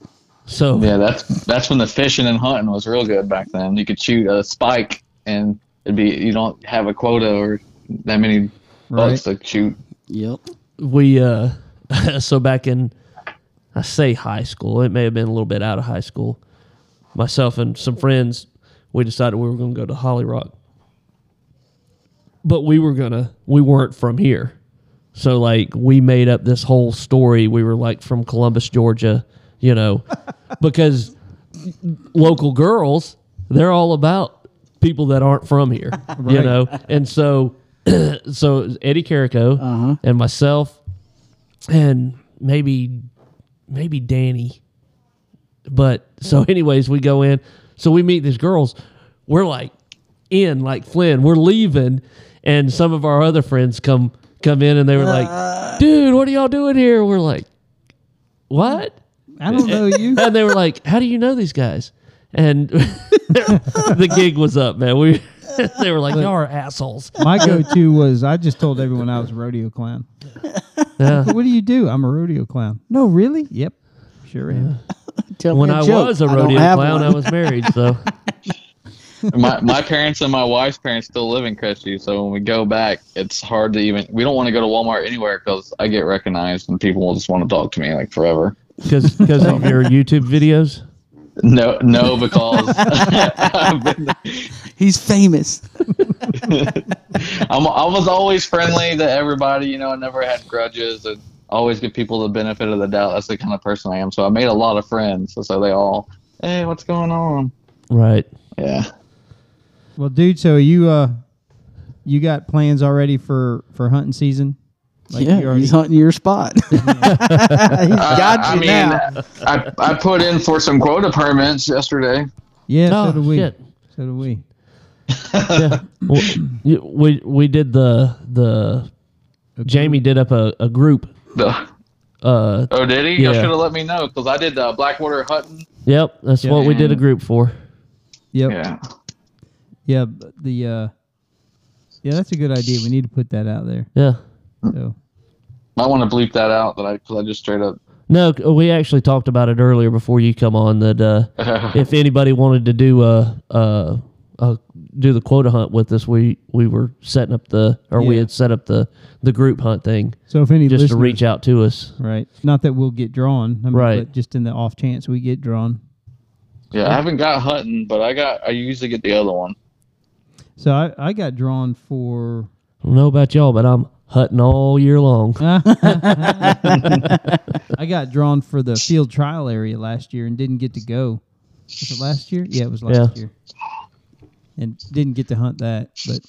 So Yeah, that's that's when the fishing and hunting was real good back then. You could shoot a spike and it'd be you don't have a quota or that many bucks to shoot. Yep. we uh so back in I say high school, it may have been a little bit out of high school. Myself and some friends, we decided we were gonna go to Holly Rock. But we were gonna we weren't from here. So like we made up this whole story. We were like from Columbus, Georgia, you know, because local girls, they're all about people that aren't from here, you Right. know, and so, so Eddie Carico and myself, and maybe, maybe Danny, but so anyways, we go in, so we meet these girls, we're like in like Flynn, we're leaving, and some of our other friends come come in and they were like, dude, what are y'all doing here? We're like, what? I don't know you. and they were like, "How do you know these guys?" And the gig was up, man. We they were like, "Y'all are assholes." My go-to was I just told everyone I was a rodeo clown. Yeah. What do you do? I'm a rodeo clown. No, really? Yep, sure am. Tell When me a I joke. was a I don't rodeo have clown, I one. was married, so my my parents and my wife's parents still live in Crestview, so when we go back, it's hard to even. We don't want to go to Walmart anywhere because I get recognized and people will just want to talk to me like forever. because because of your YouTube videos. No, no, because I've been- He's famous. I'm, I was always friendly to everybody. You know, I never had grudges and always give people the benefit of the doubt. That's the kind of person I am. So I made a lot of friends. So, so they all, hey, what's going on? Right. Yeah. Well, dude, so you uh, you got plans already for for hunting season? you yeah, already- he's hunting your spot. he's got I you mean, now. I, I put in for some quota permits yesterday. Yeah, Oh, so do we. shit. So do we. Yeah. Well, you- we we did the the Jamie did up a, a group. The- Uh, Oh, did he? Y'all Yeah. should have let me know because I did uh, Blackwater Hutton. yep, that's what we did a Yeah. group for. Yep. Yeah. Yeah. b- The uh, yeah, that's a good idea. We need to put that out there. Yeah. So Might want to bleep that out that I because I just straight up. No, c- we actually talked about it earlier before you come on that uh, if anybody wanted to do a, a, a do the quota hunt with us, we we were setting up the or we Yeah. had set up the the group hunt thing so if any just to listeners, reach out to us. right? Not that we'll get drawn, I mean, Right. But just in the off chance we get drawn. yeah, I haven't got Hutton, but I got. I usually get the other one. So I, I got drawn for I don't know about y'all, but I'm hunting all year long. I got drawn for the field trial area last year and didn't get to go. Was it last year? Yeah, it was last Yeah. year. And didn't get to hunt that, but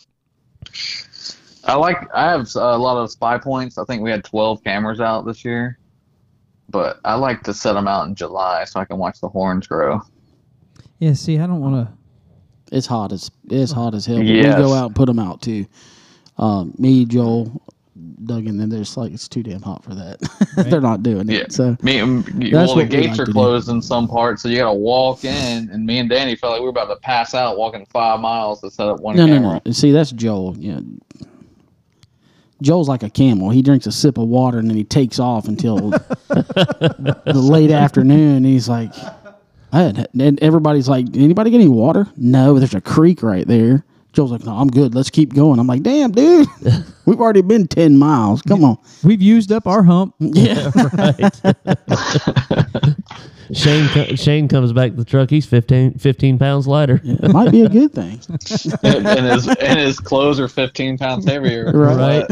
I like. I have uh, a lot of spy points. I think we had twelve cameras out this year, but I like to set them out in July so I can watch the horns grow. yeah. See, I don't want to. It's hot as it's hot as hell. but Yes. We go out and put them out too. Um, me, Joel, Doug, and then there's like it's too damn hot for that. They're not doing it. Yeah. So Me, m- That's well, the what we gates like are to do. closed in some parts, so you got to walk in. And me and Danny felt like we were about to pass out walking five miles to set up one no, camera. no, no. See, that's Joel. Yeah. Joel's like a camel. He drinks a sip of water and then he takes off until the late afternoon. He's like, I had, and everybody's like, anybody get any water? No, there's a creek right there. Joel's like, no, I'm good. Let's keep going. I'm like, damn, dude, we've already been 10 miles. Come on. We've used up our hump. Yeah. Shane co- Shane comes back to the truck. He's 15, 15 pounds lighter. it might be a good thing. and, and his and his clothes are 15 pounds heavier. Right.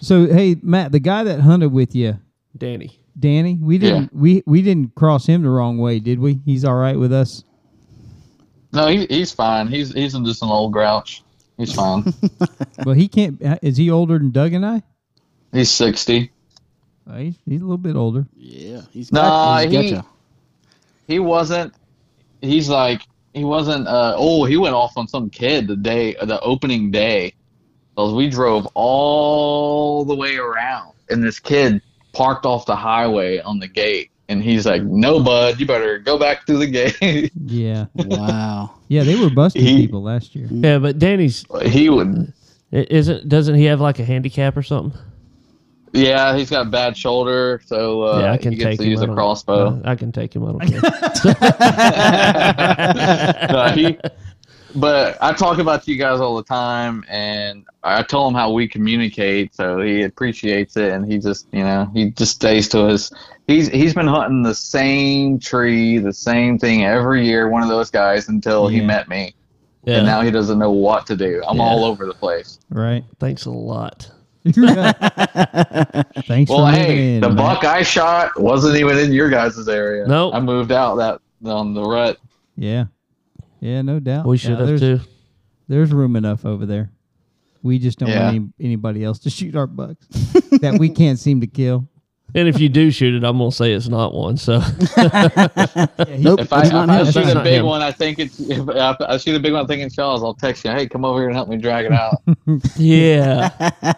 So hey, Matt, the guy that hunted with you, Danny. Danny, we Yeah. didn't we we didn't cross him the wrong way, did we? He's all right with us. No, he, he's fine. He's he's just an old grouch. He's fine. Well, he can't. Is he older than Doug and I? he's 60. Uh, he's, he's a little bit older. Yeah. He's Nah, got, he's got he- you. He wasn't. He's like he wasn't. Uh, oh, he went off on some kid the day the opening day. 'Cause we drove all the way around, and this kid parked off the highway on the gate, and he's like, "No, bud, you better go back through the gate." Yeah, Wow. yeah. They were busting He- people last year. Yeah, but Danny's he would i- isn't doesn't he have like a handicap or something? Yeah, he's got a bad shoulder, so uh, yeah, I can he gets take to him. use I a don't- crossbow. I can take him. I don't care. No, he- but I talk about you guys all the time, and I tell him how we communicate, so he appreciates it, and he just, you know, he just stays to his. He's he's been hunting the same tree, the same thing every year. One of those guys until he Yeah. met me, Yeah. and now he doesn't know what to do. I'm Yeah. all over the place. Right. Thanks a lot. Thanks Well, for moving hey, in, the man. buck I shot wasn't even in your guys' area. Nope. I moved out that on the rut. Yeah, yeah, no doubt. We should Now, have there's, too. There's room enough over there. We just don't Yeah. want any, anybody else to shoot our bucks that we can't seem to kill. And if you do shoot it, I'm gonna say it's not one. So Nope. If I, that's if not I him. that's shoot a not big him. one, I think it's. If I, if I shoot a big one, thinking Charles, I'll text you. Hey, come over here and help me drag it out. yeah,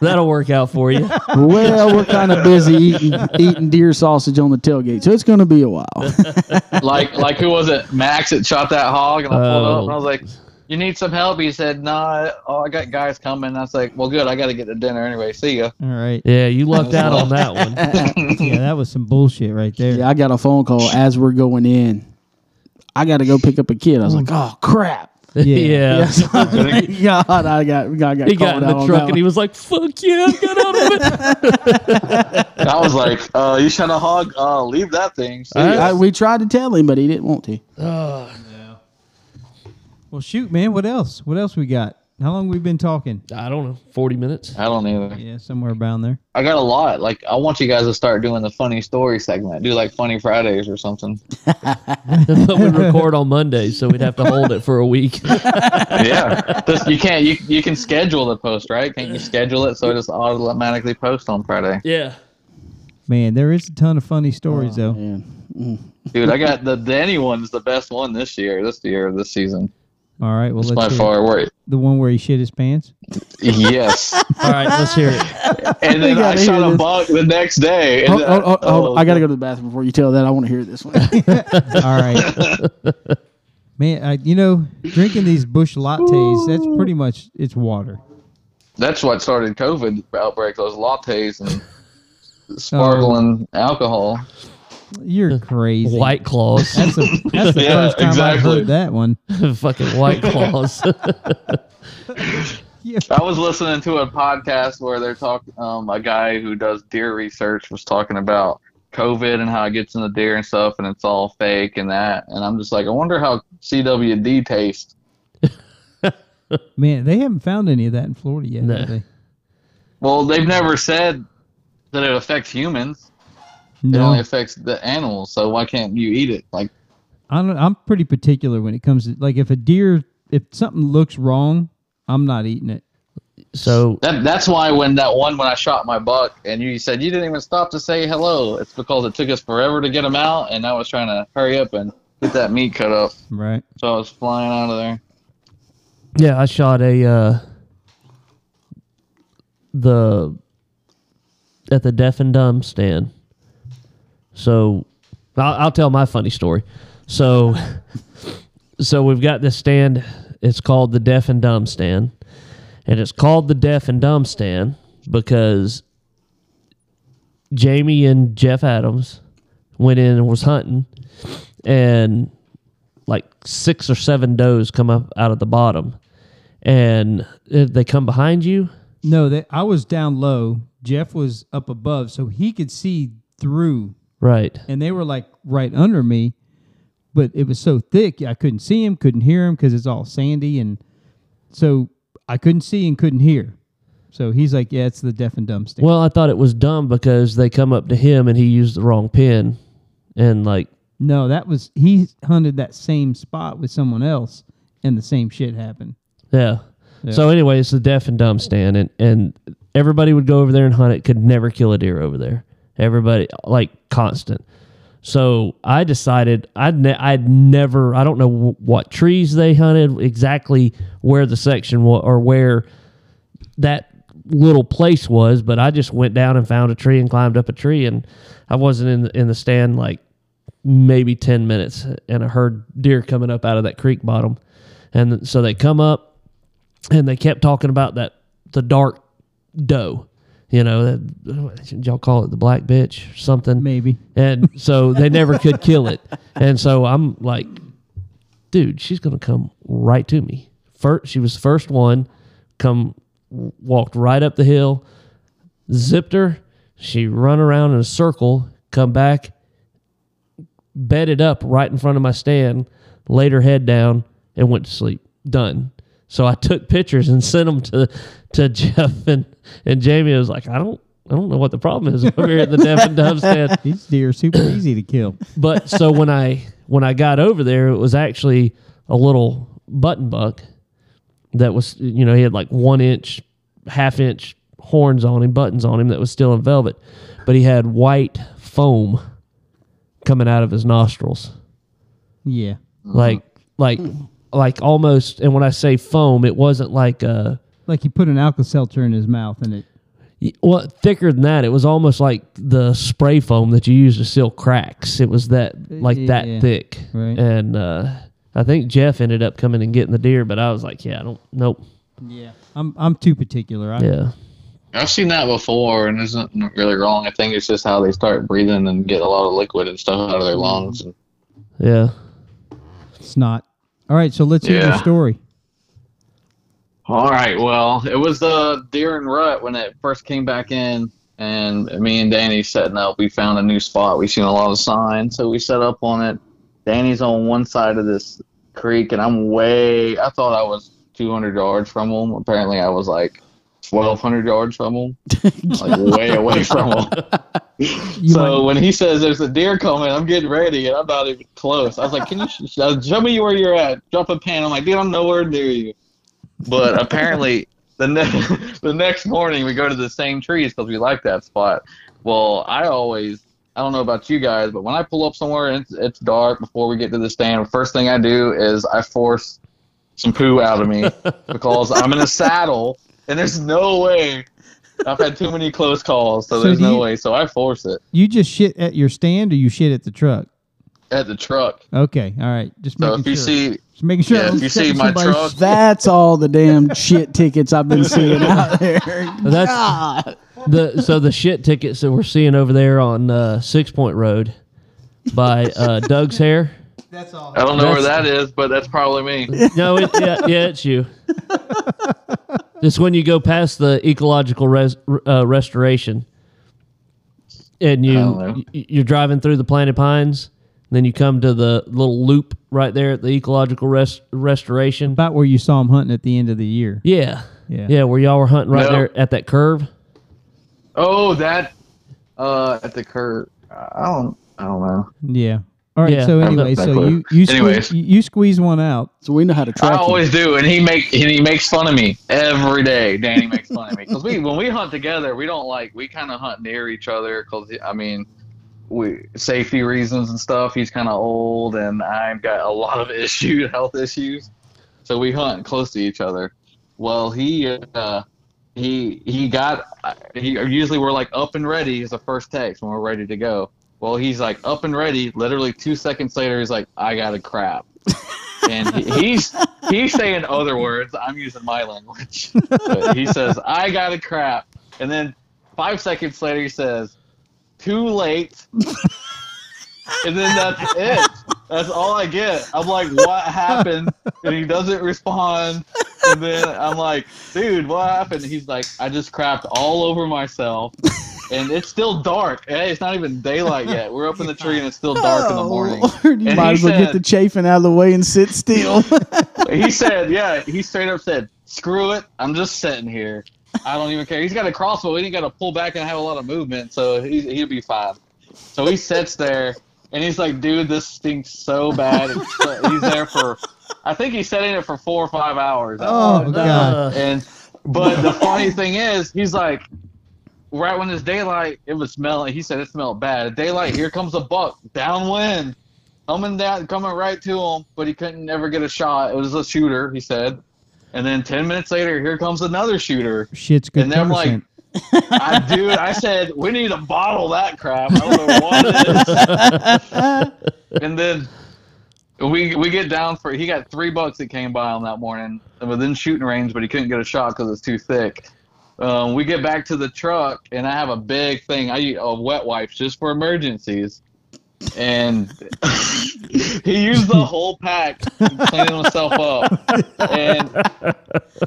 that'll work out for you. Well, we're kind of busy eating, eating deer sausage on the tailgate, so it's going to be a while. like like who was it? Max that shot that hog, and I pulled up, and I Oh. was like, "You need some help?" He said, "Nah, oh, I got guys coming." I was like, "Well, good. I got to get to dinner anyway. See ya." All right. Yeah, you lucked out on that one. Yeah, that was some bullshit right there. yeah, I got a phone call as we're going in. I got to go pick up a kid. I was like, oh crap! Yeah, Yes, thank God, I got I got, he got in the truck and he was like, "Fuck yeah, I got out of it." And I was like, uh, "You shot a hog? Uh, leave that thing." See ya." I, we tried to tell him, but he didn't want to. Well, shoot, man. What else? What else we got? How long we been talking? I don't know, forty minutes. I don't either. Yeah, somewhere around there. I got a lot. Like, I want you guys to start doing the funny story segment. Do like funny Fridays or something. but we record on Monday, so we'd have to hold it for a week. yeah, just, you can't. You you can schedule the post, right? Can't you schedule it so it just automatically posts on Friday? yeah. Man, there is a ton of funny stories Oh, though. Yeah. Dude, I got the Denny one's the best one this year, this year, this season. All right, well, It's let's by hear far where the one where he shit his pants. Yes. All right, let's hear it. And then I gotta hear shot a this. buck the next day. and Hold, I- hold, hold, oh, hold. I got to go to the bathroom before you tell that. I want to hear this one. All right, man. I, you know, drinking these bush lattes—that's pretty much it's water. That's what started COVID outbreak. Those lattes and Oh. sparkling alcohol. You're crazy. White claws, That's, a, that's the Yeah, first time exactly. I've heard that one. fucking white claws. I was listening to a podcast where they're talking. Um, a guy who does deer research was talking about COVID and how it gets in the deer and stuff, and it's all fake and that. And I'm just like, I wonder how CWD tastes. Man, they haven't found any of that in Florida yet. No. Have they? Well, they've never said that it affects humans. It only no. affects the animals. So why can't you eat it? Like. I don't, I'm pretty particular when it comes to like if a deer, if something looks wrong, I'm not eating it. So That, that's why when that one when I shot my buck and you said you didn't even stop to say hello, it's because it took us forever to get him out, and I was trying to hurry up and get that meat cut up, Right. so I was flying out of there. yeah, I shot a uh, the at the deaf and dumb stand. So I'll, I'll tell my funny story. So so we've got this stand. It's called the deaf and dumb stand, and it's called the deaf and dumb stand because Jamie and Jeff Adams went in and was hunting, and like six or seven does come up out of the bottom, and uh, they come behind you. No, that I was down low. Jeff was up above, so he could see through, Right. and they were like right under me, but it was so thick I couldn't see him, couldn't hear him because it's all sandy, and so I couldn't see and couldn't hear. So he's like, "Yeah, it's the deaf and dumb stand." Well, I thought it was dumb because they come up to him and he used the wrong pin, and like No, that was he hunted that same spot with someone else, and the same shit happened. yeah. So anyway, it's the deaf and dumb stand, and and everybody would go over there and hunt it. Could never kill a deer over there. Everybody like constant. So I decided I'd ne- I'd never I don't know w- what trees they hunted exactly where the section was or where that little place was, but I just went down and found a tree and climbed up a tree, and I wasn't in the, in the stand like maybe ten minutes, and I heard deer coming up out of that creek bottom, and th- so they come up, and they kept talking about that the dark doe, you know, that, y'all call it the black bitch or something, Maybe. and so they never could kill it, and so I'm like, dude, she's gonna come right to me. First, she was the first one, come w- walked right up the hill, zipped her. She run around in a circle, come back, bedded up right in front of my stand, laid her head down, and went to sleep. Done. So I took pictures and sent them to to Jeff and and Jamie. I was like, I don't I don't know what the problem is over here at the Deaf and Dumb stand. These deer are super easy to kill. But so when I when I got over there, it was actually a little button buck that was you know he had like one inch, half inch horns on him, buttons on him that was still in velvet, but he had white foam coming out of his nostrils Yeah. like like like almost and when i say foam it wasn't like uh Like you put an Alka Seltzer in his mouth and it. y- well thicker than that it was almost like the spray foam that you use to seal cracks it was that like that Yeah. thick Right. and uh i think jeff ended up coming and getting the deer but i was like yeah i don't nope Yeah. I'm I'm too particular. I, yeah I've seen that before, and it's not really wrong. I think it's just how they start breathing and get a lot of liquid and stuff out of their lungs. And yeah It's not. All right. So let's hear your Yeah. story. All right. Well, it was the deer and rut when it first came back in, and me and Danny setting up. We found a new spot. We seen a lot of signs, so we set up on it. Danny's on one side of this creek, and I'm way. I thought I was 200 yards from him. Apparently, I was like 1,200 yards from him, like way away from him. You so when he says there's a deer coming, I'm getting ready, and I'm not even close. I was like, "Can you sh- uh, show me where you're at? Drop a pan." I'm like, "Dude, I'm nowhere near you." But apparently, the ne- the next morning we go to the same trees because we like that spot. Well, I always I don't know about you guys, but when I pull up somewhere and it's, it's dark before we get to the stand, first thing I do is I force some poo out of me because I'm in a saddle and there's no way. I've had too many close calls, so, So there's do no you- way. So I force it You just shit at your stand or you shit at the truck? at the truck. Okay. All right. Just So making if you sure. see, just making sure. yeah, I'm if you see setting my somebody's- truck- That's all the damn shit tickets I've been seeing out there. that's- God. the so the shit tickets that we're seeing over there on uh six point road by uh doug's hair That's all. I don't know where that is, but that's probably me. No, it, yeah, yeah, it's you. It's when you go past the ecological res, uh, restoration, and Oh. you y- you're driving through the planted pines, then you come to the little loop right there at the ecological res, restoration. About where you saw him hunting at the end of the year. Yeah, Yeah. yeah, where y'all were hunting right No. there at that curve. Oh, that uh, at the curb. I don't. I don't know. Yeah. All right. Yeah. So I don't anyway, know so exactly. you you squeeze, Anyways. you you squeeze one out. So we know how to track I him. always do, and he make and he makes fun of me every day. Danny makes fun of me because we when we hunt together, we don't like we kind of hunt near each other because I mean, we safety reasons and stuff. He's kind of old, and I've got a lot of issues, health issues, so we hunt close to each other. Well, he uh, he he got he usually we're like up and ready is the first text when we're ready to go. Well, he's like up and ready. Literally two seconds later, he's like, "I got a crap." and he- he's he's saying other words. I'm using my language. But he says, "I got a crap," and then five seconds later, he says, "Too late," and then that's it. That's all I get. I'm like, "What happened?" And he doesn't respond. And then I'm like, "Dude, what happened?" And he's like, "I just crapped all over myself." And it's still dark. Hey, it's not even daylight yet. We're up in the tree and it's still dark in the morning. Oh, Lord, you And might he as well get said- the chafing out of the way and sit still. he said, yeah, he straight up said, screw it. I'm just sitting here. I don't even care. He's got a crossbow. He ain't got to pull back and have a lot of movement, so he, he'll be fine. So he sits there, and he's like, dude, this stinks so bad. It's so- he's there for, I think he sat in it for four or five hours. Oh God. Uh, And but the funny thing is, he's like, right when it's daylight, it was smelling. He said it smelled bad. Daylight, here comes a buck downwind, coming down, coming right to him. But he couldn't ever get a shot. It was a shooter, he said. And then ten minutes later, here comes another shooter. Shit's good. And they're like- Like, I dude, I said we need to bottle that crap. I don't know what it is. and then we we get down for he got three bucks that came by on that morning within shooting range, but he couldn't get a shot because it's too thick. Um, we get back to the truck and I have a big thing. I use uh, wet wipes just for emergencies. And he used the whole pack cleaning himself up. And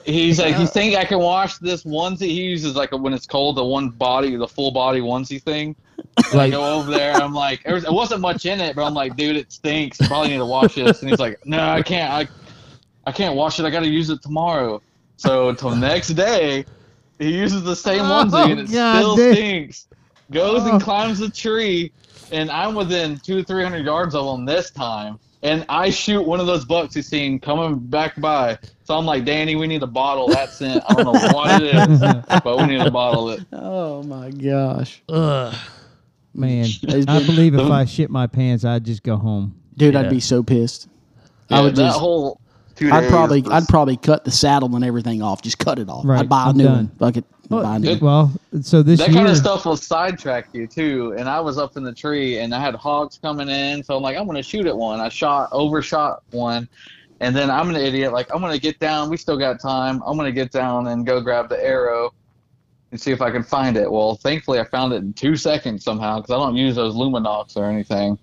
He's like, you think I can wash this onesie? He uses like when it's cold, the one body, the full body onesie thing. I like go over there. I'm like, there was, it wasn't much in it, but I'm like, dude, it stinks. Probably need to wash this. And he's like, no, I can't. I, I can't wash it. I got to use it tomorrow. So till next day, he uses the same Oh, onesie and it God still damn. stinks. Goes Oh. and climbs the tree, and I'm within two, three hundred yards of him this time. And I shoot one of those bucks he's seen coming back by. So I'm like, Danny, we need a bottle. of That scent. I don't know what it is, but we need a bottle of it. Oh my gosh, Ugh. Man, I believe if I shit my pants, I'd just go home. dude, Yeah. I'd be so pissed. Yeah, I would that just, whole. two I'd days probably, was- I'd probably cut the saddle and everything off. Just cut it off. Right, I'd buy a I'm new done. one. Fuck it, buy a new one. Well, so this that year, kind of stuff will sidetrack you too. And I was up in the tree, and I had hogs coming in, so I'm like, I'm gonna shoot at one. I shot, overshot one, and then I'm an idiot. Like I'm gonna get down. We still got time. I'm gonna get down and go grab the arrow and see if I can find it. Well, thankfully I found it in two seconds somehow because I don't use those luminox or anything.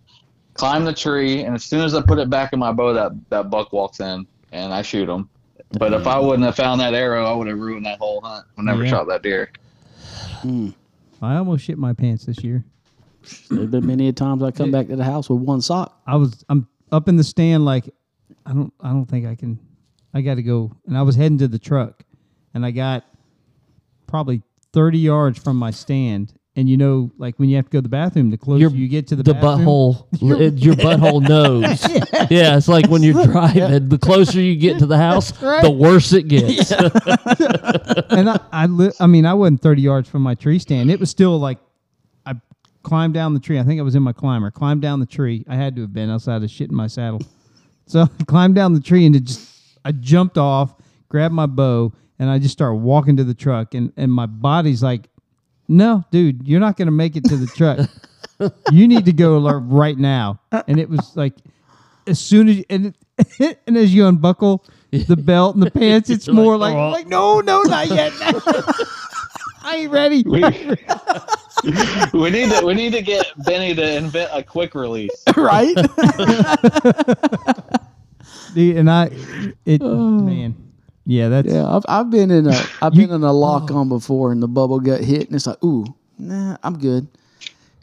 Climb the tree, and as soon as I put it back in my bow, that that buck walks in, and I shoot him. But if I wouldn't have found that arrow, I would have ruined that whole hunt. I never Mm. Yeah. shot that deer. I almost shit my pants this year. There've been many a times I come back to the house with one sock. I was I'm up in the stand like I don't I don't think I can I got to go and I was heading to the truck and I got probably 30 yards from my stand and you know like when you have to go to the bathroom the closer Your- you get to the, the bathroom, butthole, it- your butthole knows. Yeah, it's like when you're driving. The closer you get to the house, the worse it gets. and I I, li- I mean I wasn't 30 yards from my tree stand it was still like I climbed down the tree I think I was in my climber climbed down the tree I had to have been outside of shit in my saddle so I climbed down the tree and it just I jumped off grabbed my bow and I just started walking to the truck and and my body's like no dude you're not gonna make it to the truck you need to go alert right now and it was like as soon as you, and it, and as you unbuckle the belt and the pants it's You're more like, like "Oh." like no no not yet I ain't ready we, we need to we need to get Benny to invent a quick release. Right? Dude, and I it man Oh. yeah that's yeah, I've, I've been in a I've been in a lock Oh. on before, and the bubble got hit, and it's like, ooh, nah, I'm good.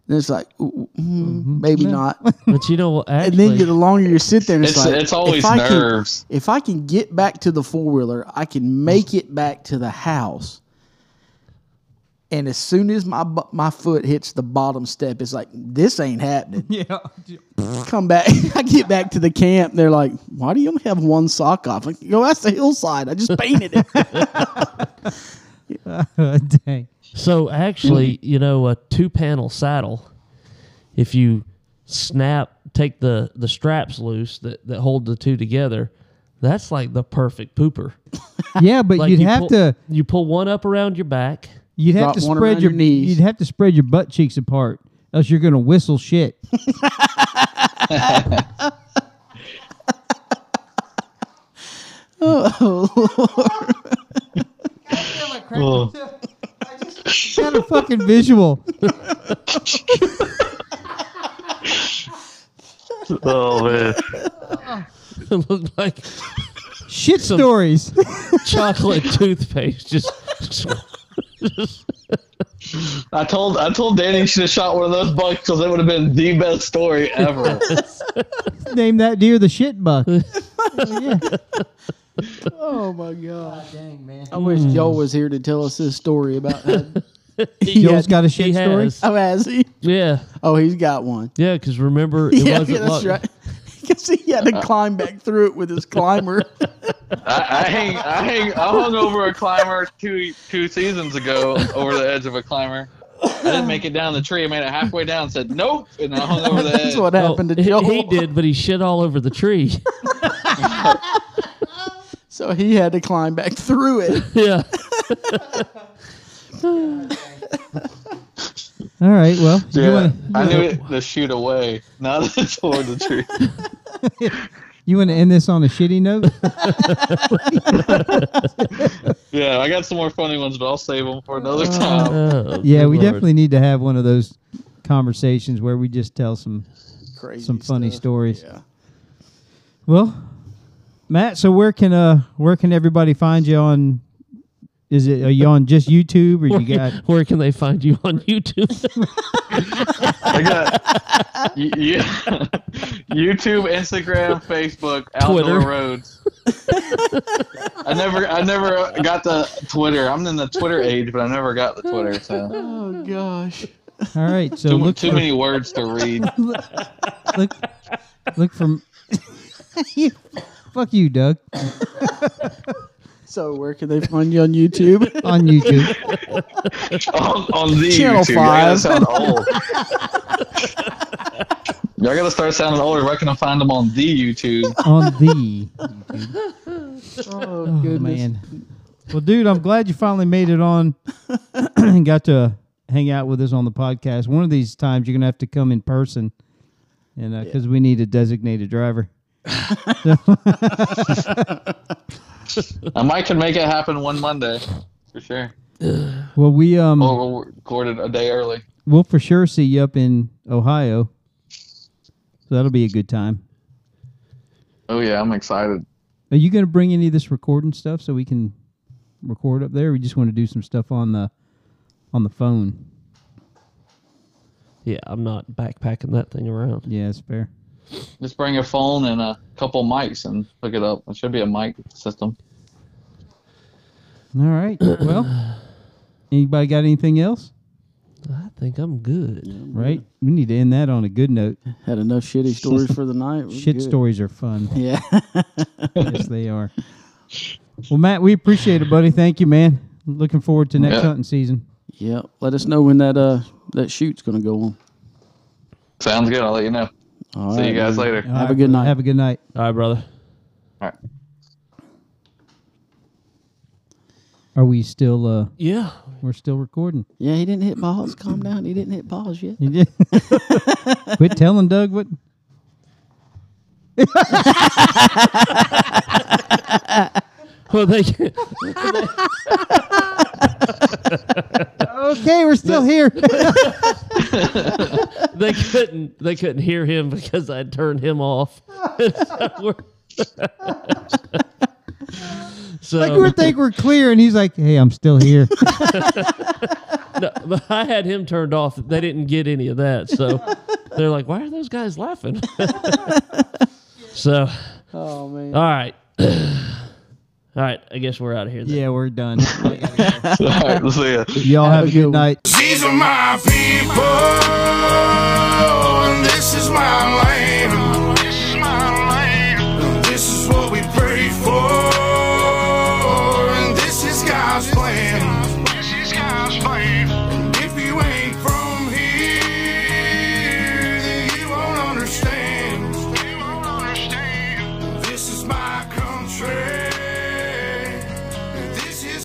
And it's like, ooh, mm, Mm-hmm. maybe not. But you know what? And then Actually, you, the longer you sit there, and it's, It's like it's always if I can- nerves. if I can get back to the four wheeler, I can make it back to the house. And as soon as my bu- my foot hits the bottom step, it's like this ain't happening. yeah Come back, I get back to the camp. They're like, "Why do you only have one sock off?" Like, yo, that's the hillside. I just painted it. dang so actually, you know, a two-panel saddle. If you snap, take the the straps loose that that hold the two together. That's like the perfect pooper. yeah but Like you'd you have pull- to you pull one up around your back. You'd have Drop to one spread around your your knees. You'd have to spread your butt cheeks apart, else you're gonna whistle shit. Oh, Ugh. Got a fucking visual. Oh man. it looked like Shit stories. chocolate toothpaste. Just, I told I told Danny he should have shot one of those bucks because it would have been the best story ever. Name that deer the shit buck. yeah. oh my god! Dang man. I wish Joel was here to tell us this story about. That. he Joel's has, got a he shit story. has. oh, has he? Yeah, Oh, he's got one. yeah. Because remember, it yeah, wasn't yeah, that's luck. right. Because he had to climb back through it with his climber. I, I hang I hang I hung over a climber two two seasons ago over the edge of a climber. I didn't make it down the tree. I made it halfway down. and Said nope, and I hung over the That's edge. what Well, happened to Oh, he- Joel. He did, but he shit all over the tree. So he had to climb back through it. yeah. All right, well, you Yeah, wanna I knew it to shoot away, not toward the tree. you wanna end this on a shitty note? Oh, Yeah, I got some more funny ones, but I'll save them for another time. Oh, yeah, good we Lord. definitely need to have one of those conversations where we just tell some Crazy. some funny stuff. stories. Yeah. Well, Matt, so where can uh where can everybody find you on is it are you on just YouTube or you got Where can they find you on YouTube? I got y- y- YouTube, Instagram, Facebook, Outdoor Twitter. Roads. I never, I never got the Twitter. I'm in the Twitter age, but I never got the Twitter. So Oh gosh. All right, so too, mu- look too for, many words to read. look look for you, fuck you, Doug, So where can they find you on YouTube? on YouTube. on, on the Channel YouTube. Y'all gotta five. sound old. Y'all gotta start sounding older. Where can I find them on the YouTube? on the Oh oh, goodness. man. Well, dude, I'm glad you finally made it on and got to hang out with us on the podcast. One of these times, you're gonna have to come in person, and because we need a designated driver. I might can make it happen one Monday for sure. Well, we um, Or we'll record it a day early. we'll for sure see you up in Ohio, so that'll be a good time. Oh yeah, I'm excited. Are you gonna bring any of this recording stuff so we can record up there? We just want to do some stuff on the on the phone. Yeah, I'm not backpacking that thing around. Yeah, that's fair. Just bring your phone and a couple mics and hook it up. It should be a mic system. All right. Well, anybody got anything else? I think I'm good. Right. We need to end that on a good note. Had enough shitty stories for the night. We're Shit good. stories are fun. Yeah. yes, they are. Well, Matt, we appreciate it, buddy. Thank you, man. Looking forward to next Yeah. hunting season. yeah. Let us know when that uh that shoot's gonna go on. Sounds good. I'll let you know. All See you right, guys man. later. All a good brother. night. Have a good night. All right, brother. All right. Are we still? uh Yeah. We're still recording. Yeah, he didn't hit pause. Calm down. He didn't hit pause yet. Quit telling Doug what. Well, thank you. Okay, we're still here. they couldn't they couldn't hear him because I turned him off. so like we think we're clear, and he's like, "Hey, I'm still here." but I had him turned off. They didn't get any of that, so they're like, "Why are those guys laughing?" so, Oh man. all right, all right. I guess we're out of here. Then. yeah, we're done. All right. See ya. Y'all have a good night. These are my people, and this is my land. This is what we pray for.